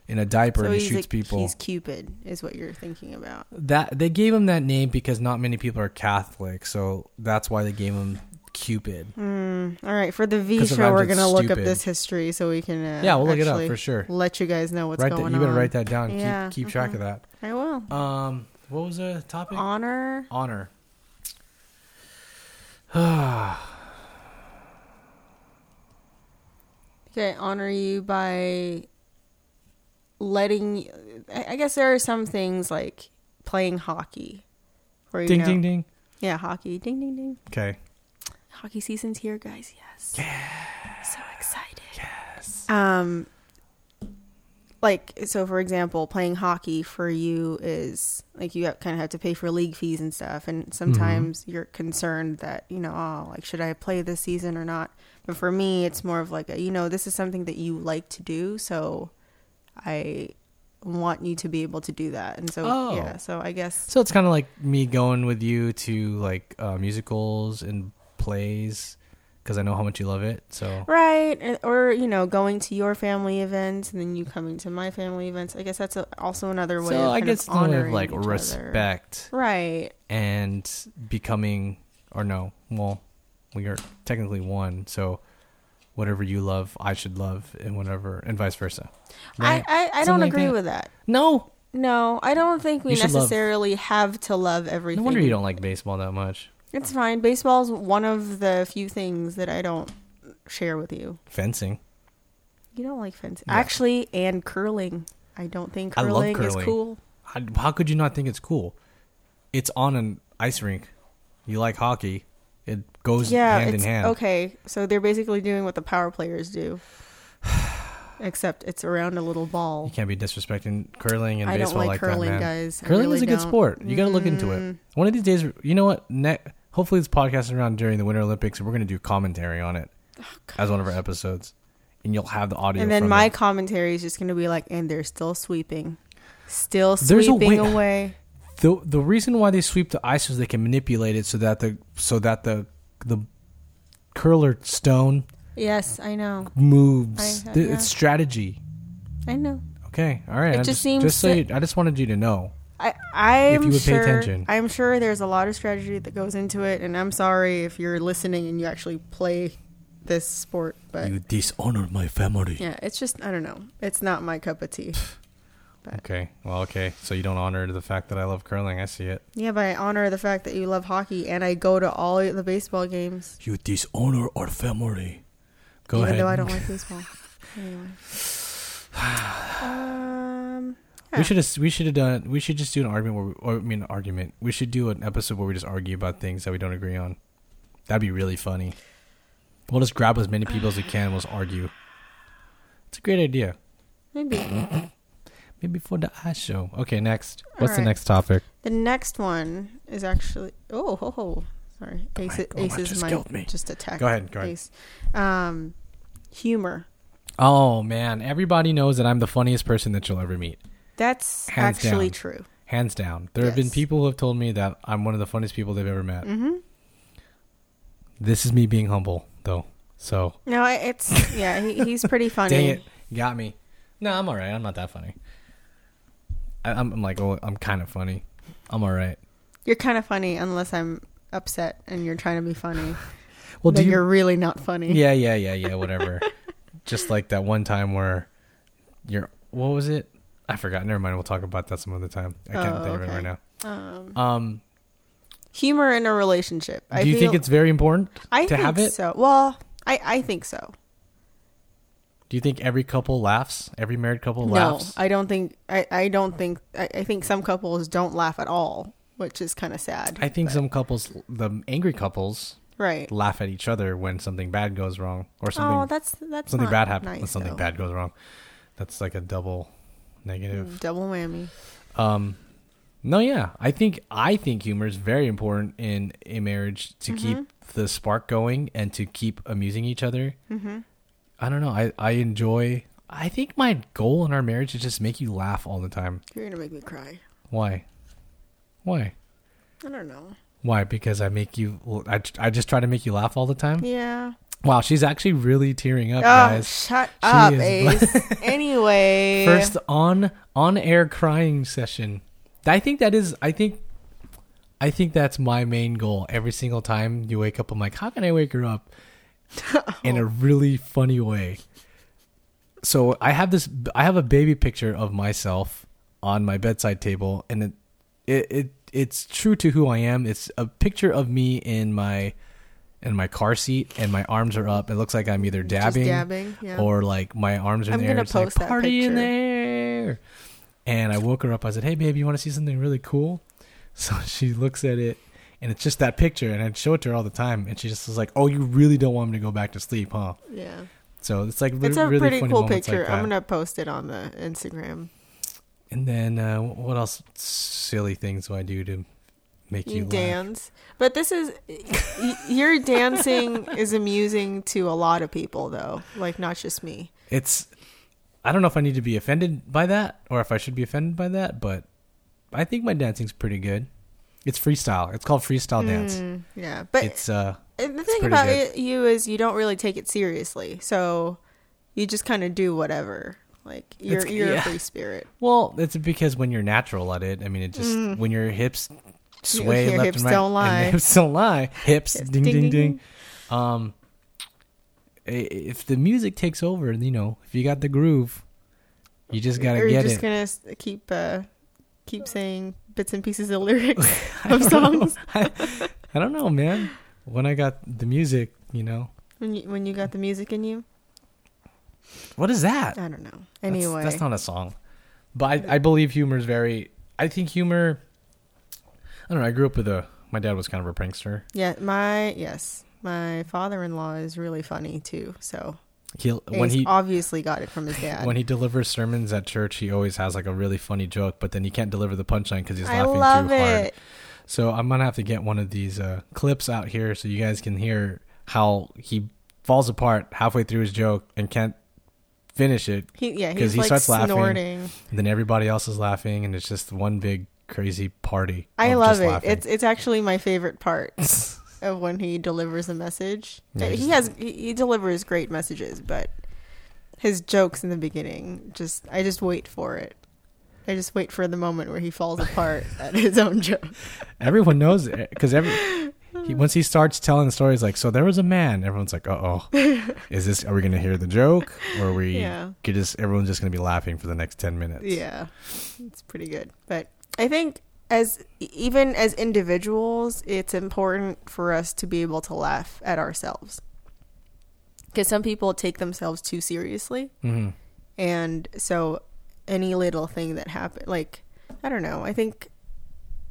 [SPEAKER 1] in a diaper
[SPEAKER 2] So
[SPEAKER 1] and
[SPEAKER 2] he's
[SPEAKER 1] he shoots
[SPEAKER 2] a-
[SPEAKER 1] people.
[SPEAKER 2] He's Cupid, is what you're thinking about.
[SPEAKER 1] That they gave him that name because not many people are Catholic, so that's why they gave him Cupid.
[SPEAKER 2] All right, for the V
[SPEAKER 1] Uh, 'Cause it
[SPEAKER 2] show, we're
[SPEAKER 1] rhymes with
[SPEAKER 2] gonna look up
[SPEAKER 1] stupid.
[SPEAKER 2] this history so we can. Uh,
[SPEAKER 1] Yeah, we'll look it up
[SPEAKER 2] actually
[SPEAKER 1] for sure.
[SPEAKER 2] Let you guys know what's
[SPEAKER 1] Write that.
[SPEAKER 2] going
[SPEAKER 1] You
[SPEAKER 2] on.
[SPEAKER 1] better write that down.
[SPEAKER 2] Yeah,
[SPEAKER 1] keep keep track of that.
[SPEAKER 2] I will.
[SPEAKER 1] Um, what was the topic?
[SPEAKER 2] Honor.
[SPEAKER 1] Honor.
[SPEAKER 2] Okay, honor you by letting. I I guess there are some things like playing hockey, where you
[SPEAKER 1] Ding
[SPEAKER 2] know-
[SPEAKER 1] ding ding.
[SPEAKER 2] yeah, hockey, ding ding ding.
[SPEAKER 1] Okay.
[SPEAKER 2] Hockey season's here, guys. Yes. So excited. Yes. Um, like so, for example, playing hockey for you is like you have, kind of have to pay for league fees and stuff,
[SPEAKER 1] Mm-hmm.
[SPEAKER 2] and sometimes you're concerned that you know, oh, like should I play this season or not? But for me, it's more of like a, you know, this is something that you like to do, so I want you to be able to do that, and so
[SPEAKER 1] Oh.
[SPEAKER 2] yeah, so I guess
[SPEAKER 1] So it's kind of like me going with you to like uh, musicals and plays because I know how much you love it. So
[SPEAKER 2] Right, and- or you know, going to your family events and then you coming to my family events. I guess that's a, also another way.
[SPEAKER 1] so
[SPEAKER 2] of
[SPEAKER 1] I
[SPEAKER 2] kind
[SPEAKER 1] guess it's
[SPEAKER 2] of
[SPEAKER 1] more
[SPEAKER 2] honoring
[SPEAKER 1] of like
[SPEAKER 2] each other.
[SPEAKER 1] respect
[SPEAKER 2] Right.
[SPEAKER 1] and becoming or no, well, we are technically one. So whatever you love, I should love, and whatever, and vice versa. Right?
[SPEAKER 2] I I,
[SPEAKER 1] Something
[SPEAKER 2] I don't
[SPEAKER 1] like
[SPEAKER 2] agree
[SPEAKER 1] that.
[SPEAKER 2] with that.
[SPEAKER 1] no,
[SPEAKER 2] No, I don't think we
[SPEAKER 1] You should love-
[SPEAKER 2] necessarily have to love everything.
[SPEAKER 1] no wonder you don't like baseball that much.
[SPEAKER 2] It's fine. Baseball's one of the few things that I don't share with you.
[SPEAKER 1] Fencing.
[SPEAKER 2] You don't like fencing, actually, and curling. I don't think
[SPEAKER 1] I love
[SPEAKER 2] curling,
[SPEAKER 1] curling.
[SPEAKER 2] is cool.
[SPEAKER 1] I- How could you not think it's cool? It's on an ice rink. You like hockey. It goes
[SPEAKER 2] Yeah,
[SPEAKER 1] hand
[SPEAKER 2] it's
[SPEAKER 1] in hand.
[SPEAKER 2] okay. So they're basically doing what the power players do, except it's around a little ball.
[SPEAKER 1] You can't be disrespecting curling and
[SPEAKER 2] I don't
[SPEAKER 1] baseball
[SPEAKER 2] like
[SPEAKER 1] like,
[SPEAKER 2] curling,
[SPEAKER 1] that, man.
[SPEAKER 2] guys. I
[SPEAKER 1] Curling
[SPEAKER 2] really
[SPEAKER 1] is a good
[SPEAKER 2] don't. Mm.
[SPEAKER 1] sport. You got to look into it. One of these days, you know what? Ne- hopefully, this podcast is around during the Winter Olympics, and we're going to do commentary on it as one of our episodes, and you'll have the audio.
[SPEAKER 2] Oh, And then
[SPEAKER 1] from
[SPEAKER 2] my
[SPEAKER 1] it.
[SPEAKER 2] commentary is just going to be like, and they're still sweeping, still
[SPEAKER 1] There's a
[SPEAKER 2] sweeping
[SPEAKER 1] way-
[SPEAKER 2] away.
[SPEAKER 1] the the reason why they sweep the ice is they can manipulate it so that the so that the the curler stone
[SPEAKER 2] Yes, I know.
[SPEAKER 1] moves.
[SPEAKER 2] I-
[SPEAKER 1] Th-
[SPEAKER 2] yeah.
[SPEAKER 1] It's strategy.
[SPEAKER 2] I know.
[SPEAKER 1] Okay, all right.
[SPEAKER 2] It
[SPEAKER 1] I
[SPEAKER 2] just
[SPEAKER 1] just,
[SPEAKER 2] seems
[SPEAKER 1] just so
[SPEAKER 2] that-
[SPEAKER 1] you- I just wanted you to know.
[SPEAKER 2] I, I'm
[SPEAKER 1] you would pay
[SPEAKER 2] sure.
[SPEAKER 1] attention.
[SPEAKER 2] I'm sure there's a lot of strategy that goes into it, and I'm sorry if you're listening and you actually play this sport, but
[SPEAKER 1] You dishonored my family.
[SPEAKER 2] yeah, it's just I don't know. It's not my cup of tea.
[SPEAKER 1] Okay. Well, okay. So you don't honor the fact that I love curling. I see it.
[SPEAKER 2] Yeah, but I honor the fact that you love hockey, and I go to all the baseball games,
[SPEAKER 1] You dishonor our family. Go
[SPEAKER 2] even
[SPEAKER 1] ahead.
[SPEAKER 2] though I don't like baseball. Anyway. Um,
[SPEAKER 1] We should have. We should have done. We should just do an argument where, we, or I mean, an argument. We should do an episode where we just argue about things that we don't agree on. That'd be really funny. We'll just grab as many people as we can and we'll just argue. It's a great idea.
[SPEAKER 2] maybe
[SPEAKER 1] Maybe for the ice show. Okay, next. What's the
[SPEAKER 2] Alright.
[SPEAKER 1] next topic?
[SPEAKER 2] the next one is actually oh ho ho sorry Ace,
[SPEAKER 1] oh my,
[SPEAKER 2] Ace's
[SPEAKER 1] just
[SPEAKER 2] mic
[SPEAKER 1] killed me.
[SPEAKER 2] just attacked
[SPEAKER 1] Go ahead, go ahead.
[SPEAKER 2] Ace. Um, humor.
[SPEAKER 1] Oh man, everybody knows that I'm the funniest person that you'll ever meet.
[SPEAKER 2] That's
[SPEAKER 1] Hands
[SPEAKER 2] actually
[SPEAKER 1] down.
[SPEAKER 2] true.
[SPEAKER 1] hands down. There have been
[SPEAKER 2] Yes.
[SPEAKER 1] people who have told me that I'm one of the funniest people they've ever met. Mm-hmm. This is me being humble, though. So
[SPEAKER 2] No, I- it's yeah. He, he's pretty funny.
[SPEAKER 1] dang it, you got me. No, I'm all right. I'm not that funny. I, I'm, I'm like, oh, I'm kind of funny. I'm all right.
[SPEAKER 2] You're kind of funny unless I'm upset and you're trying to be funny.
[SPEAKER 1] Well, do
[SPEAKER 2] then
[SPEAKER 1] you?
[SPEAKER 2] you... are really not funny.
[SPEAKER 1] Yeah, yeah, yeah, yeah. Whatever. Just like that one time where you're. What was it? I forgot. Never mind. We'll talk about that some other time. I can't
[SPEAKER 2] Oh,
[SPEAKER 1] think of it
[SPEAKER 2] okay.
[SPEAKER 1] right now. Um,
[SPEAKER 3] Humor in a relationship. I
[SPEAKER 1] do you
[SPEAKER 3] feel,
[SPEAKER 1] think it's very important
[SPEAKER 3] I
[SPEAKER 1] to
[SPEAKER 3] think
[SPEAKER 1] have it?
[SPEAKER 3] so. Well, I I think so.
[SPEAKER 1] Do you think every couple laughs? Every married couple
[SPEAKER 2] No,
[SPEAKER 1] laughs?
[SPEAKER 2] I don't think. I, I don't think. I, I think some couples don't laugh at all, which is kind of sad.
[SPEAKER 1] I think some couples, the angry couples,
[SPEAKER 2] right.
[SPEAKER 1] laugh at each other when something bad goes wrong or something
[SPEAKER 3] Oh, that's that's
[SPEAKER 1] something
[SPEAKER 3] not
[SPEAKER 1] bad happens
[SPEAKER 3] nice,
[SPEAKER 1] when something
[SPEAKER 3] though.
[SPEAKER 1] bad goes wrong. That's like a double
[SPEAKER 3] Hmm.
[SPEAKER 1] negative.
[SPEAKER 2] Mm, Double whammy.
[SPEAKER 1] Um no yeah, I think I think humor is very important in a marriage to
[SPEAKER 3] Mm-hmm.
[SPEAKER 1] keep the spark going and to keep amusing each other.
[SPEAKER 3] Mm-hmm.
[SPEAKER 1] I don't know. I I enjoy I think my goal in our marriage is just make you laugh all the time.
[SPEAKER 2] You're gonna make me cry.
[SPEAKER 1] Why? Why?
[SPEAKER 2] I don't know.
[SPEAKER 1] Why? Because I make you I, I just try to make you laugh all the time.
[SPEAKER 2] Yeah.
[SPEAKER 1] Wow, she's actually really tearing up,
[SPEAKER 3] Oh,
[SPEAKER 1] guys.
[SPEAKER 3] shut
[SPEAKER 1] She
[SPEAKER 3] up,
[SPEAKER 1] is
[SPEAKER 3] Ace. anyway,
[SPEAKER 1] first on on air crying session. I think that is. I think. I think that's my main goal. Every single time you wake up, I'm like, how can I wake her up in a really funny way? So I have this. I have a baby picture of myself on my bedside table, and it it, it it's true to who I am. It's a picture of me in my in my car seat, and my arms are up. It looks like I'm either dabbing,
[SPEAKER 2] dabbing, yeah.
[SPEAKER 1] or like my arms are in
[SPEAKER 2] I'm
[SPEAKER 1] the air.
[SPEAKER 2] gonna
[SPEAKER 1] It's like,
[SPEAKER 2] post that
[SPEAKER 1] party in
[SPEAKER 2] picture."
[SPEAKER 1] the air. And I woke her up. I said, "Hey, babe, you want to see something really cool?" So she looks at it, and it's just that picture. And I'd show it to her all the time, and she just was like, "Oh, you really don't want me to go back to sleep, huh?"
[SPEAKER 2] Yeah.
[SPEAKER 1] So it's like
[SPEAKER 2] It's
[SPEAKER 1] re-
[SPEAKER 2] a
[SPEAKER 1] really
[SPEAKER 2] pretty
[SPEAKER 1] funny
[SPEAKER 2] cool
[SPEAKER 1] moments like
[SPEAKER 2] picture. I'm
[SPEAKER 1] that.
[SPEAKER 2] gonna post it on the Instagram.
[SPEAKER 1] And then uh, what else silly things do I do to make you,
[SPEAKER 2] You
[SPEAKER 1] laugh?
[SPEAKER 2] dance, but this is y- your dancing is amusing to a lot of people, though. Like not just me.
[SPEAKER 1] It's I don't know if I need to be offended by that or if I should be offended by that, but I think my dancing's pretty good. It's freestyle. It's called freestyle dance.
[SPEAKER 2] Mm, yeah, but
[SPEAKER 1] It's uh
[SPEAKER 2] And the thing
[SPEAKER 1] pretty
[SPEAKER 2] about
[SPEAKER 1] good.
[SPEAKER 2] it, you is you don't really take it seriously, so you just kind of do whatever. Like you're
[SPEAKER 1] It's-
[SPEAKER 2] you're
[SPEAKER 1] yeah.
[SPEAKER 2] a free spirit.
[SPEAKER 1] Well, it's because when you're natural at it, I mean, it just when your hips sway
[SPEAKER 2] Mm. Your
[SPEAKER 1] left
[SPEAKER 2] hips
[SPEAKER 1] and right,
[SPEAKER 2] don't
[SPEAKER 1] and
[SPEAKER 2] lie.
[SPEAKER 1] hips don't lie. Hips,
[SPEAKER 2] Hips,
[SPEAKER 1] ding, ding,
[SPEAKER 2] ding,
[SPEAKER 1] ding,
[SPEAKER 2] ding,
[SPEAKER 1] Um, i- if the music takes over, you know, if you got the groove, you just gotta
[SPEAKER 2] Or you're
[SPEAKER 1] get
[SPEAKER 2] just
[SPEAKER 1] it.
[SPEAKER 2] gonna s- keep uh, keep saying bits and pieces of lyrics
[SPEAKER 1] I
[SPEAKER 2] of
[SPEAKER 1] don't know.
[SPEAKER 2] songs
[SPEAKER 1] I, I don't know, man. When I got the music, you know,
[SPEAKER 2] when you when you got the music in you.
[SPEAKER 1] what is that?
[SPEAKER 2] I don't know.
[SPEAKER 1] That's-
[SPEAKER 2] Uh, Anyway,
[SPEAKER 1] that's, not a song. But I, I believe humor is very. I think humor. I don't know. I grew up with a. My dad was kind of a prankster.
[SPEAKER 2] yeah, my yes, my father-in-law is really funny too. So
[SPEAKER 1] He'll when
[SPEAKER 2] when
[SPEAKER 1] he
[SPEAKER 2] obviously got it from his dad.
[SPEAKER 1] when he delivers sermons at church, he always has like a really funny joke, but then he can't deliver the punchline because he's
[SPEAKER 2] I
[SPEAKER 1] laughing
[SPEAKER 2] love
[SPEAKER 1] too hard.
[SPEAKER 2] it.
[SPEAKER 1] So I'm gonna have to get one of these uh, clips out here so you guys can hear how he falls apart halfway through his joke and can't finish it.
[SPEAKER 2] He, yeah,
[SPEAKER 1] 'Cause
[SPEAKER 2] he's
[SPEAKER 1] he
[SPEAKER 2] like
[SPEAKER 1] starts laughing.
[SPEAKER 2] snorting.
[SPEAKER 1] And then everybody else is laughing, and it's just one big crazy party.
[SPEAKER 2] I
[SPEAKER 1] of
[SPEAKER 2] love
[SPEAKER 1] just
[SPEAKER 2] it.
[SPEAKER 1] laughing.
[SPEAKER 2] It's it's actually my favorite part of when he delivers a message.
[SPEAKER 1] Yeah,
[SPEAKER 2] Uh,
[SPEAKER 1] he
[SPEAKER 2] he has he he delivers great messages, but his jokes in the beginning just I just wait for it. I just wait for the moment where he falls apart at his own joke.
[SPEAKER 1] everyone knows it because every. He, once he starts telling the story, he's like, "So there was a man." Everyone's like, "Uh oh, is this? Are we gonna hear the joke, or are we
[SPEAKER 2] Yeah.
[SPEAKER 1] could just everyone's just gonna be laughing for the next ten minutes?"
[SPEAKER 2] Yeah, it's pretty good. But I think as even as individuals, it's important for us to be able to laugh at ourselves because some people take themselves too seriously.
[SPEAKER 1] Mm-hmm.
[SPEAKER 2] and so any little thing that happened like i don't know i think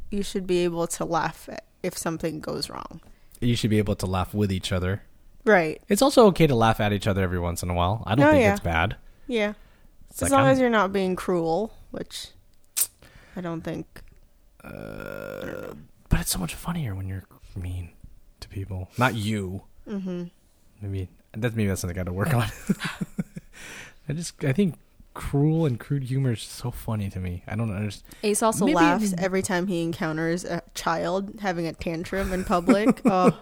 [SPEAKER 2] you should be able to laugh at if something goes wrong
[SPEAKER 1] you should be able to laugh with each other.
[SPEAKER 2] right
[SPEAKER 1] It's also okay to laugh at each other every once in a while. I don't
[SPEAKER 2] Oh,
[SPEAKER 1] think
[SPEAKER 2] yeah.
[SPEAKER 1] it's bad.
[SPEAKER 2] yeah
[SPEAKER 1] It's
[SPEAKER 2] as
[SPEAKER 1] like,
[SPEAKER 2] long
[SPEAKER 1] I'm-
[SPEAKER 2] as you're not being cruel which i don't think
[SPEAKER 1] but it's so much funnier when you're mean to people. Not you. Mm-hmm. Maybe that's maybe that's something I got to work on. I just I think cruel and crude humor is so funny to me. I don't understand.
[SPEAKER 2] ace also
[SPEAKER 1] Maybe-
[SPEAKER 2] laughs every time he encounters a child having a tantrum in public oh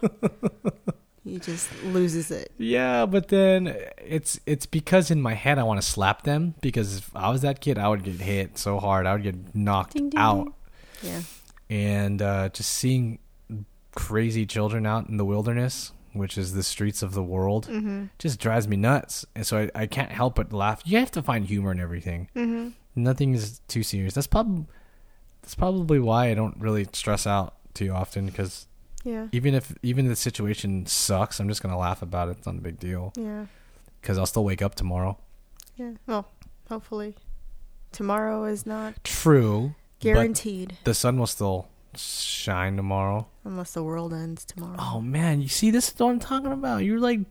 [SPEAKER 2] he just loses it
[SPEAKER 1] Yeah, but then it's it's because in my head I want to slap them because if I was that kid I would get hit so hard I would get knocked
[SPEAKER 2] Ding, ding,
[SPEAKER 1] out.
[SPEAKER 2] ding. yeah
[SPEAKER 1] and uh, just seeing crazy children out in the wilderness which is the streets of the world,
[SPEAKER 2] Mm-hmm.
[SPEAKER 1] just drives me nuts. And so I, I can't help but laugh. You have to find humor in everything. Mm-hmm. Nothing is too serious. That's probably that's probably why I don't really stress out too often because
[SPEAKER 2] Yeah.
[SPEAKER 1] even if even if the situation sucks, I'm just gonna laugh about it. It's not a big deal
[SPEAKER 2] Yeah.
[SPEAKER 1] because I'll still wake up tomorrow.
[SPEAKER 2] Yeah. Well, hopefully. Tomorrow is not
[SPEAKER 1] True, but
[SPEAKER 2] guaranteed
[SPEAKER 1] the sun will still shine tomorrow.
[SPEAKER 2] unless the world ends tomorrow.
[SPEAKER 1] Oh man, you see, this is what I'm talking about. You're like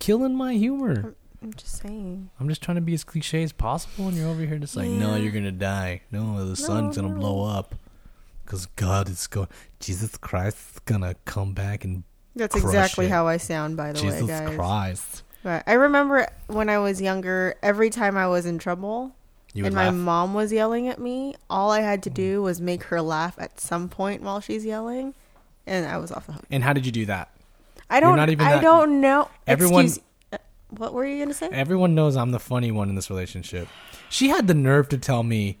[SPEAKER 1] killing my humor.
[SPEAKER 2] I'm just saying.
[SPEAKER 1] I'm just trying to be as cliche as possible, and you're over here just like, no,
[SPEAKER 2] Yeah.
[SPEAKER 1] you're gonna die. No, the sun's gonna
[SPEAKER 2] no.
[SPEAKER 1] blow up. Cause God is going, Jesus Christ is gonna come back and
[SPEAKER 2] That's
[SPEAKER 1] Crush
[SPEAKER 2] exactly
[SPEAKER 1] it.
[SPEAKER 2] how I sound, by the
[SPEAKER 1] Jesus
[SPEAKER 2] way, guys.
[SPEAKER 1] Christ.
[SPEAKER 2] But I remember when I was younger, every time I was in trouble
[SPEAKER 1] You would
[SPEAKER 2] and
[SPEAKER 1] laugh. Mm.
[SPEAKER 2] my mom was yelling at me, all I had to do was make her laugh at some point while she's yelling, and I was off the hook.
[SPEAKER 1] and how did you do that?
[SPEAKER 2] I don't.
[SPEAKER 1] not even
[SPEAKER 2] I
[SPEAKER 1] that-
[SPEAKER 2] don't know.
[SPEAKER 1] Everyone-
[SPEAKER 2] Excuse, uh, what were you gonna say?
[SPEAKER 1] Everyone knows I'm the funny one in this relationship. She had the nerve to tell me.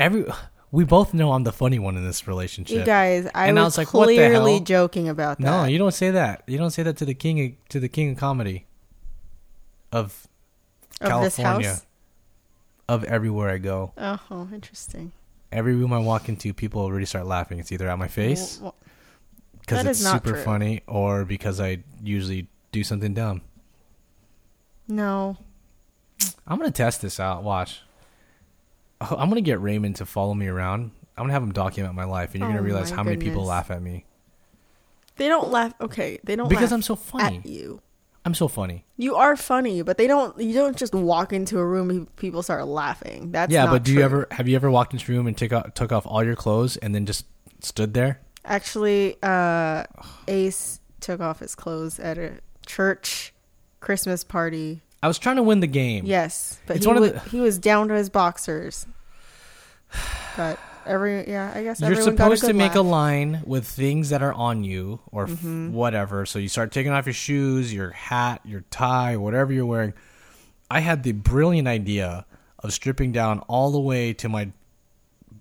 [SPEAKER 1] Every we both know I'm the funny one in this relationship.
[SPEAKER 2] You guys, I,
[SPEAKER 1] And
[SPEAKER 2] was
[SPEAKER 1] I was like, what the
[SPEAKER 2] clearly
[SPEAKER 1] hell?
[SPEAKER 2] joking about that.
[SPEAKER 1] No, you don't say that. You don't say that to the king of, to the king of comedy of,
[SPEAKER 2] of this
[SPEAKER 1] California.
[SPEAKER 2] house.
[SPEAKER 1] Of everywhere I go,
[SPEAKER 2] Oh, oh, interesting.
[SPEAKER 1] every room I walk into, people already start laughing. It's either at my face
[SPEAKER 2] Well, well,
[SPEAKER 1] because
[SPEAKER 2] that
[SPEAKER 1] it's
[SPEAKER 2] is not
[SPEAKER 1] super
[SPEAKER 2] true.
[SPEAKER 1] funny, or because I usually do something dumb.
[SPEAKER 2] no,
[SPEAKER 1] I'm gonna test this out. Watch. Oh, I'm gonna get Raymond to follow me around. I'm gonna have him document my life, and you're
[SPEAKER 2] Oh
[SPEAKER 1] gonna realize
[SPEAKER 2] my
[SPEAKER 1] how many people
[SPEAKER 2] goodness.
[SPEAKER 1] laugh at me
[SPEAKER 2] they don't laugh. Okay, they don't
[SPEAKER 1] because
[SPEAKER 2] laugh
[SPEAKER 1] I'm so funny.
[SPEAKER 2] at you.
[SPEAKER 1] I'm so funny.
[SPEAKER 2] You are funny, but they don't. You don't just walk into a room and people start laughing. That's
[SPEAKER 1] yeah,
[SPEAKER 2] not
[SPEAKER 1] but do you
[SPEAKER 2] true.
[SPEAKER 1] ever have you ever walked into a room and took off, took off all your clothes and then just stood there?
[SPEAKER 2] Actually, uh, Ace took off his clothes at a church Christmas party.
[SPEAKER 1] I was trying to win the game.
[SPEAKER 2] Yes, but
[SPEAKER 1] It's
[SPEAKER 2] he,
[SPEAKER 1] one of
[SPEAKER 2] wa-
[SPEAKER 1] the-
[SPEAKER 2] he was down to his boxers. But every yeah, I guess
[SPEAKER 1] You're
[SPEAKER 2] everyone got a
[SPEAKER 1] supposed to
[SPEAKER 2] good
[SPEAKER 1] make a
[SPEAKER 2] laugh. Mm-hmm.
[SPEAKER 1] line with things that are on you or f- whatever. So you start taking off your shoes, your hat, your tie, whatever you're wearing. I had the brilliant idea of stripping down all the way to my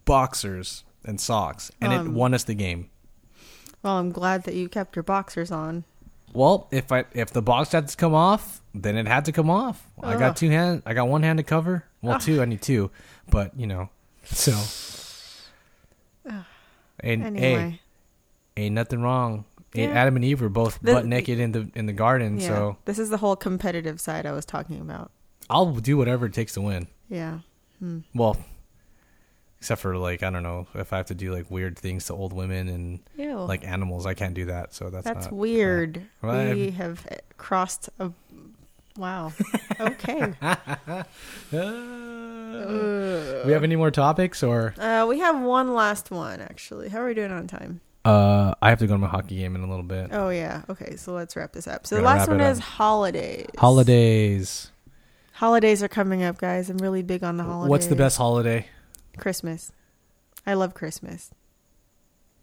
[SPEAKER 1] boxers and socks, and
[SPEAKER 2] Um.
[SPEAKER 1] it won us the game.
[SPEAKER 2] Well, I'm glad that you kept your boxers on.
[SPEAKER 1] Well, if I if the box had to come off, then it had to come off. I got two hand. I got one hand to cover. Well, two. I need two, but you know, so. And hey,
[SPEAKER 2] Anyway,
[SPEAKER 1] ain't nothing wrong. Ain't Adam and Eve were both
[SPEAKER 2] The-
[SPEAKER 1] butt naked in the in the garden,
[SPEAKER 2] yeah,
[SPEAKER 1] so
[SPEAKER 2] this is the whole competitive side I was talking about.
[SPEAKER 1] I'll do whatever it takes to win.
[SPEAKER 2] Yeah,
[SPEAKER 1] Well, except for like I don't know if I have to do like weird things to old women and
[SPEAKER 2] Ew.
[SPEAKER 1] like animals, I can't do that. So that's
[SPEAKER 2] that's
[SPEAKER 1] not-
[SPEAKER 2] weird.
[SPEAKER 1] uh, Well, I-
[SPEAKER 2] we have uh, crossed a. Wow. Okay.
[SPEAKER 1] Uh, we have any more topics or
[SPEAKER 2] uh, we have one last one actually. How are we doing on time?
[SPEAKER 1] uh, I have to go to my hockey game in a little bit.
[SPEAKER 2] Oh yeah. Okay, so let's wrap this up. So
[SPEAKER 1] We're
[SPEAKER 2] the
[SPEAKER 1] gonna wrap
[SPEAKER 2] last one
[SPEAKER 1] it
[SPEAKER 2] is
[SPEAKER 1] up.
[SPEAKER 2] holidays.
[SPEAKER 1] Holidays.
[SPEAKER 2] Holidays are coming up, guys. I'm really big on the holidays.
[SPEAKER 1] What's the best holiday?
[SPEAKER 2] Christmas. I love Christmas.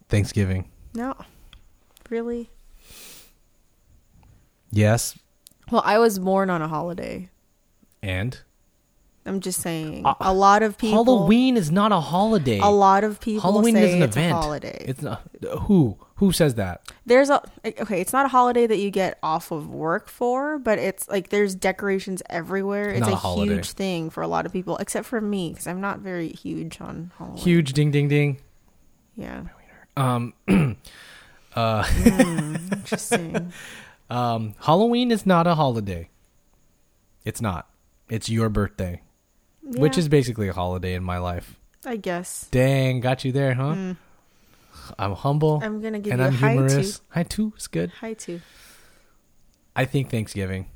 [SPEAKER 1] Thanksgiving.
[SPEAKER 2] No. Really?
[SPEAKER 1] Yes,
[SPEAKER 2] Well, I was born on a holiday.
[SPEAKER 1] and
[SPEAKER 2] I'm just saying.
[SPEAKER 1] Uh,
[SPEAKER 2] a lot of people
[SPEAKER 1] Halloween is not a holiday.
[SPEAKER 2] a lot of people
[SPEAKER 1] Halloween
[SPEAKER 2] say
[SPEAKER 1] is an
[SPEAKER 2] it's
[SPEAKER 1] event.
[SPEAKER 2] a holiday.
[SPEAKER 1] It's not who who says that.
[SPEAKER 2] there's a okay, it's not a holiday that you get off of work for, but it's like there's decorations everywhere. It's
[SPEAKER 1] Not a
[SPEAKER 2] a,
[SPEAKER 1] holiday.
[SPEAKER 2] huge thing for a lot of people, except for me cuz I'm not very huge on Halloween.
[SPEAKER 1] Huge ding ding ding.
[SPEAKER 2] Yeah.
[SPEAKER 1] Um, uh,
[SPEAKER 2] Hmm, Interesting.
[SPEAKER 1] um, Halloween is not a holiday. It's not. It's your birthday, which
[SPEAKER 2] Yeah,
[SPEAKER 1] is basically a holiday in my life.
[SPEAKER 2] I guess
[SPEAKER 1] Dang, got you there, huh? I'm humble.
[SPEAKER 2] Mm. I'm gonna give
[SPEAKER 1] and
[SPEAKER 2] you
[SPEAKER 1] I'm
[SPEAKER 2] a high
[SPEAKER 1] humorous.
[SPEAKER 2] two.
[SPEAKER 1] Hi too is good.
[SPEAKER 2] Hi too.
[SPEAKER 1] I think Thanksgiving.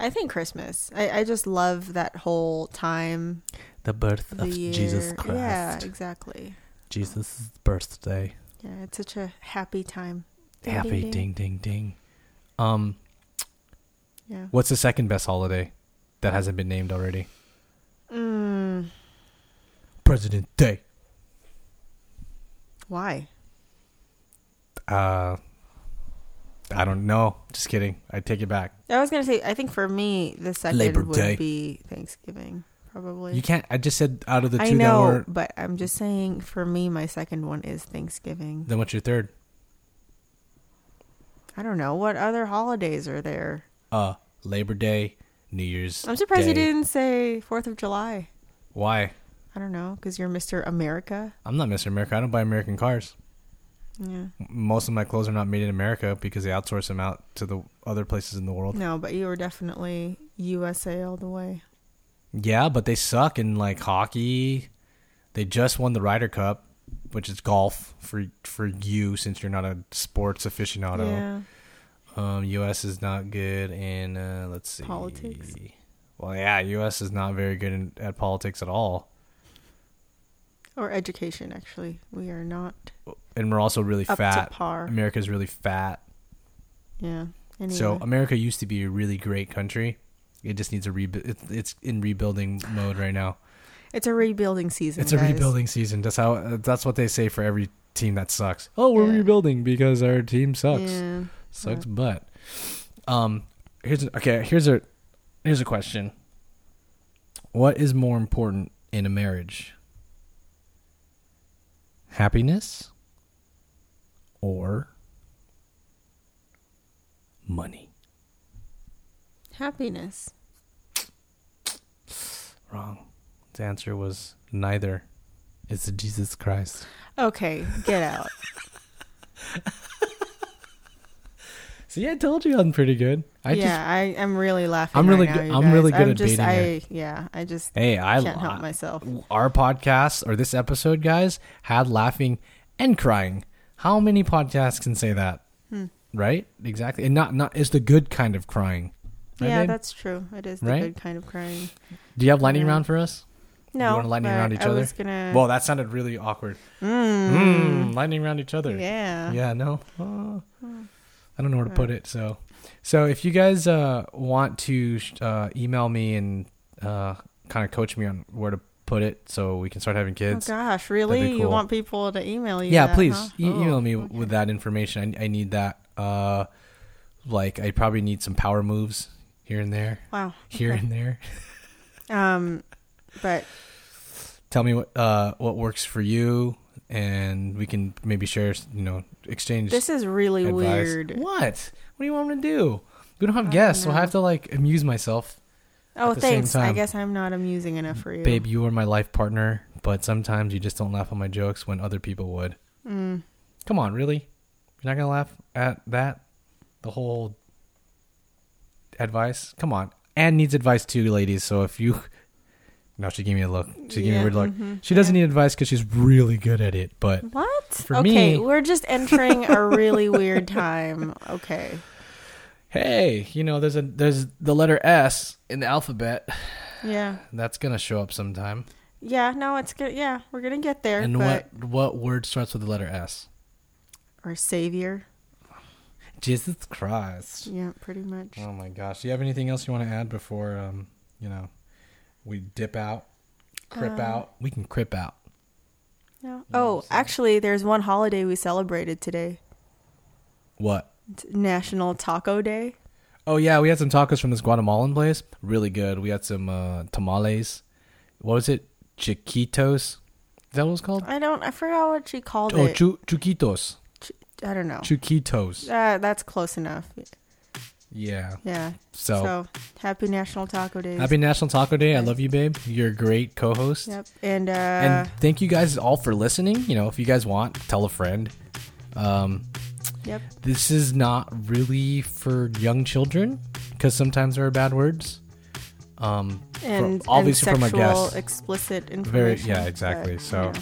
[SPEAKER 2] I think Christmas. I, I just love that whole time.
[SPEAKER 1] The birth
[SPEAKER 2] The
[SPEAKER 1] of
[SPEAKER 2] year.
[SPEAKER 1] Jesus Christ.
[SPEAKER 2] Yeah, exactly.
[SPEAKER 1] Jesus' birthday.
[SPEAKER 2] Yeah, it's such a happy time. Ding,
[SPEAKER 1] Happy
[SPEAKER 2] ding,
[SPEAKER 1] ding ding ding. Um,
[SPEAKER 2] Yeah.
[SPEAKER 1] what's the second best holiday that hasn't been named already?
[SPEAKER 2] Mm,
[SPEAKER 1] President Day.
[SPEAKER 2] why?
[SPEAKER 1] Uh, I don't know. Just kidding. I take it back.
[SPEAKER 2] I was gonna say. I think for me, the second
[SPEAKER 1] Labor
[SPEAKER 2] would
[SPEAKER 1] Day.
[SPEAKER 2] be Thanksgiving, probably.
[SPEAKER 1] You can't. I just said out of the two
[SPEAKER 2] I
[SPEAKER 1] that
[SPEAKER 2] know,
[SPEAKER 1] were.
[SPEAKER 2] but I'm just saying. For me, my second one is Thanksgiving.
[SPEAKER 1] Then what's your third?
[SPEAKER 2] I don't know what other holidays are there.
[SPEAKER 1] Uh, Labor Day, New Year's.
[SPEAKER 2] I'm surprised you
[SPEAKER 1] Day.
[SPEAKER 2] didn't say Fourth of July.
[SPEAKER 1] Why?
[SPEAKER 2] I don't know because you're Mister America.
[SPEAKER 1] I'm not Mr. America. I don't buy American cars.
[SPEAKER 2] Yeah.
[SPEAKER 1] M- Most of my clothes are not made in America because they outsource them out to the other places in the world.
[SPEAKER 2] No, but you were definitely USA all the way.
[SPEAKER 1] Yeah, but they suck in like hockey. They just won the Ryder Cup, which is golf for for you since you're not a sports aficionado.
[SPEAKER 2] Yeah.
[SPEAKER 1] Um, U.S. is not good in uh, let's see
[SPEAKER 2] Politics?
[SPEAKER 1] Well, yeah, U.S. is not very good in, at politics at all,
[SPEAKER 2] Or education, actually. We are not
[SPEAKER 1] and we're also really
[SPEAKER 2] up
[SPEAKER 1] fat.
[SPEAKER 2] to par.
[SPEAKER 1] America's really fat.
[SPEAKER 2] Yeah. Anyway.
[SPEAKER 1] So um, America used to be a really great country. It just needs a rebuild. It's, it's in rebuilding mode right now.
[SPEAKER 2] it's a rebuilding season.
[SPEAKER 1] It's a
[SPEAKER 2] guys.
[SPEAKER 1] rebuilding season. That's how. uh, That's what they say for every team that sucks. Oh, we're
[SPEAKER 2] Yeah.
[SPEAKER 1] rebuilding because our team sucks.
[SPEAKER 2] Yeah.
[SPEAKER 1] Sucks butt. Um, here's a, okay. Here's a here's a question. What is more important in a marriage? Happiness or money?
[SPEAKER 2] Happiness.
[SPEAKER 1] Wrong. The answer was neither. It's Jesus Christ.
[SPEAKER 2] Okay, get out.
[SPEAKER 1] See, I told you I'm pretty good. I
[SPEAKER 2] yeah,
[SPEAKER 1] just
[SPEAKER 2] I, I'm really laughing.
[SPEAKER 1] I'm
[SPEAKER 2] right
[SPEAKER 1] really
[SPEAKER 2] now,
[SPEAKER 1] good-
[SPEAKER 2] you
[SPEAKER 1] I'm really
[SPEAKER 2] guys.
[SPEAKER 1] good
[SPEAKER 2] I'm
[SPEAKER 1] at
[SPEAKER 2] just,
[SPEAKER 1] baiting
[SPEAKER 2] I,
[SPEAKER 1] her.
[SPEAKER 2] Yeah, I just
[SPEAKER 1] hey, I
[SPEAKER 2] can't help
[SPEAKER 1] I-
[SPEAKER 2] myself.
[SPEAKER 1] Our podcast or this episode, guys, had laughing and crying. How many podcasts can say that?
[SPEAKER 2] Hmm.
[SPEAKER 1] Right? Exactly. And not not it's the good kind of crying. Right,
[SPEAKER 2] yeah,
[SPEAKER 1] babe?
[SPEAKER 2] that's true. It is the
[SPEAKER 1] Right?
[SPEAKER 2] good kind of crying.
[SPEAKER 1] Do you have lightning
[SPEAKER 2] yeah.
[SPEAKER 1] round for us?
[SPEAKER 2] No,
[SPEAKER 1] You want to lightning
[SPEAKER 2] but
[SPEAKER 1] round each
[SPEAKER 2] I
[SPEAKER 1] other?
[SPEAKER 2] was gonna.
[SPEAKER 1] Well, that sounded really awkward. Mm, lightning round each other.
[SPEAKER 2] Hmm. yeah. Hmm.
[SPEAKER 1] Yeah, no. Uh, I don't know where to put it. So, so if you guys uh, want to sh- uh, email me and uh, kind of coach me on where to put it, so we can start having
[SPEAKER 2] Oh
[SPEAKER 1] kids.
[SPEAKER 2] gosh, really? You
[SPEAKER 1] cool.
[SPEAKER 2] want people to email you?
[SPEAKER 1] yeah,
[SPEAKER 2] that,
[SPEAKER 1] please
[SPEAKER 2] huh?
[SPEAKER 1] e-
[SPEAKER 2] Oh,
[SPEAKER 1] email me
[SPEAKER 2] okay.
[SPEAKER 1] with that information. I, I need that. Uh, like I probably need some power moves here and there,
[SPEAKER 2] Wow.
[SPEAKER 1] here
[SPEAKER 2] Okay.
[SPEAKER 1] and there.
[SPEAKER 2] Um, but
[SPEAKER 1] Tell me what uh, what works for you, and we can maybe share. You know, exchange.
[SPEAKER 2] this is really
[SPEAKER 1] advice.
[SPEAKER 2] weird.
[SPEAKER 1] What? What do you want me to do? We don't have guests, so I have to like amuse myself.
[SPEAKER 2] Oh,
[SPEAKER 1] at the same
[SPEAKER 2] thanks. I
[SPEAKER 1] time.
[SPEAKER 2] guess I'm not amusing enough for you.
[SPEAKER 1] Babe, you are my life partner, but sometimes you just don't laugh at my jokes when other people would.
[SPEAKER 2] Mm.
[SPEAKER 1] Come on, really? You're not gonna laugh at that? The whole advice? Come on. Anne needs advice too, ladies. So if you, no, she gave me a look. She gave me a
[SPEAKER 2] Yeah, Mm-hmm.
[SPEAKER 1] weird look. She doesn't need advice because she's really good at it. But
[SPEAKER 2] What?
[SPEAKER 1] For
[SPEAKER 2] okay,
[SPEAKER 1] me-
[SPEAKER 2] we're just entering a really weird time. Okay.
[SPEAKER 1] hey, you know, there's a there's the letter S in the alphabet.
[SPEAKER 2] Yeah.
[SPEAKER 1] That's gonna show up sometime.
[SPEAKER 2] Yeah, no, it's good. Yeah, we're going to get there.
[SPEAKER 1] And
[SPEAKER 2] but
[SPEAKER 1] what what word starts with the letter S?
[SPEAKER 2] our savior.
[SPEAKER 1] Jesus Christ.
[SPEAKER 2] Yeah, pretty much.
[SPEAKER 1] Oh my gosh. Do you have anything else you want to add before um, you know, we dip out, crip
[SPEAKER 2] Um.
[SPEAKER 1] out? We can crip out.
[SPEAKER 2] No. Oh, actually, there's one holiday we celebrated today.
[SPEAKER 1] What?
[SPEAKER 2] It's National Taco Day.
[SPEAKER 1] Oh yeah, we had some tacos from this Guatemalan place. Really good. We had some uh, tamales. What was it? Chiquitos. Is that what it's called?
[SPEAKER 2] I don't. I forgot what she called
[SPEAKER 1] Oh,
[SPEAKER 2] it.
[SPEAKER 1] chu- chuquitos.
[SPEAKER 2] Ch- I don't know.
[SPEAKER 1] Chuquitos.
[SPEAKER 2] Uh, that's close enough.
[SPEAKER 1] Yeah.
[SPEAKER 2] Yeah.
[SPEAKER 1] So,
[SPEAKER 2] So happy National Taco Day.
[SPEAKER 1] happy National Taco Day. I love you, babe. You're a great co-host.
[SPEAKER 2] Yep. And uh,
[SPEAKER 1] and thank you guys all for listening you know if you guys want tell a friend um
[SPEAKER 2] yep.
[SPEAKER 1] this is not really for young children because sometimes there are bad words um
[SPEAKER 2] And
[SPEAKER 1] for, obviously
[SPEAKER 2] and
[SPEAKER 1] from our
[SPEAKER 2] sexual
[SPEAKER 1] guests
[SPEAKER 2] explicit
[SPEAKER 1] Very-
[SPEAKER 2] information.
[SPEAKER 1] yeah, exactly.
[SPEAKER 2] but,
[SPEAKER 1] So-
[SPEAKER 2] you know.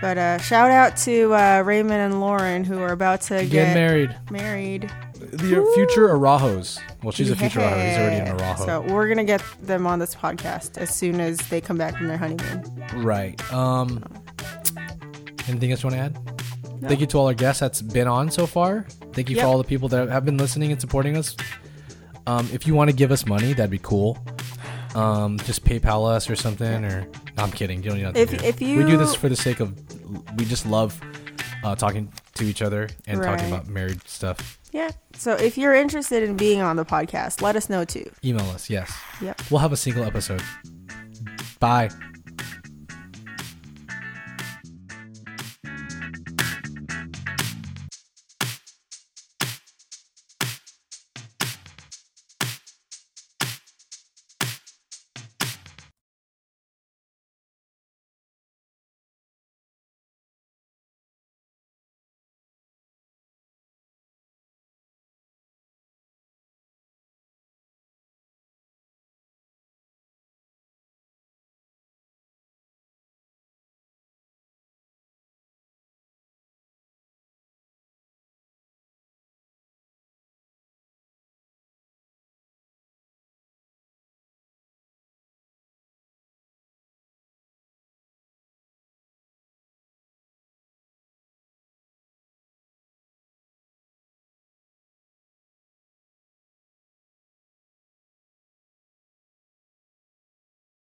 [SPEAKER 2] But uh, shout out to uh, Raymond and Lauren who are about to
[SPEAKER 1] get married
[SPEAKER 2] married.
[SPEAKER 1] the future arajos well she's a future arajo he's already
[SPEAKER 2] Yeah.
[SPEAKER 1] an arajo
[SPEAKER 2] So we're gonna get them on this podcast as soon as they come back from their honeymoon.
[SPEAKER 1] right um anything else you want to add thank you to all our guests that's been on so far thank you
[SPEAKER 2] Yep.
[SPEAKER 1] for all the people that have been listening and supporting us um if you want to give us money that'd be cool um just paypal us or something or no, i'm kidding you don't need to
[SPEAKER 2] If-
[SPEAKER 1] do. it.
[SPEAKER 2] if
[SPEAKER 1] we do
[SPEAKER 2] you-
[SPEAKER 1] this for the sake of we just love uh talking to each other and talking
[SPEAKER 2] Right.
[SPEAKER 1] about married stuff
[SPEAKER 2] Yeah. So if you're interested in being on the podcast, let us know too.
[SPEAKER 1] email us yes
[SPEAKER 2] Yep.
[SPEAKER 1] we'll have a single episode bye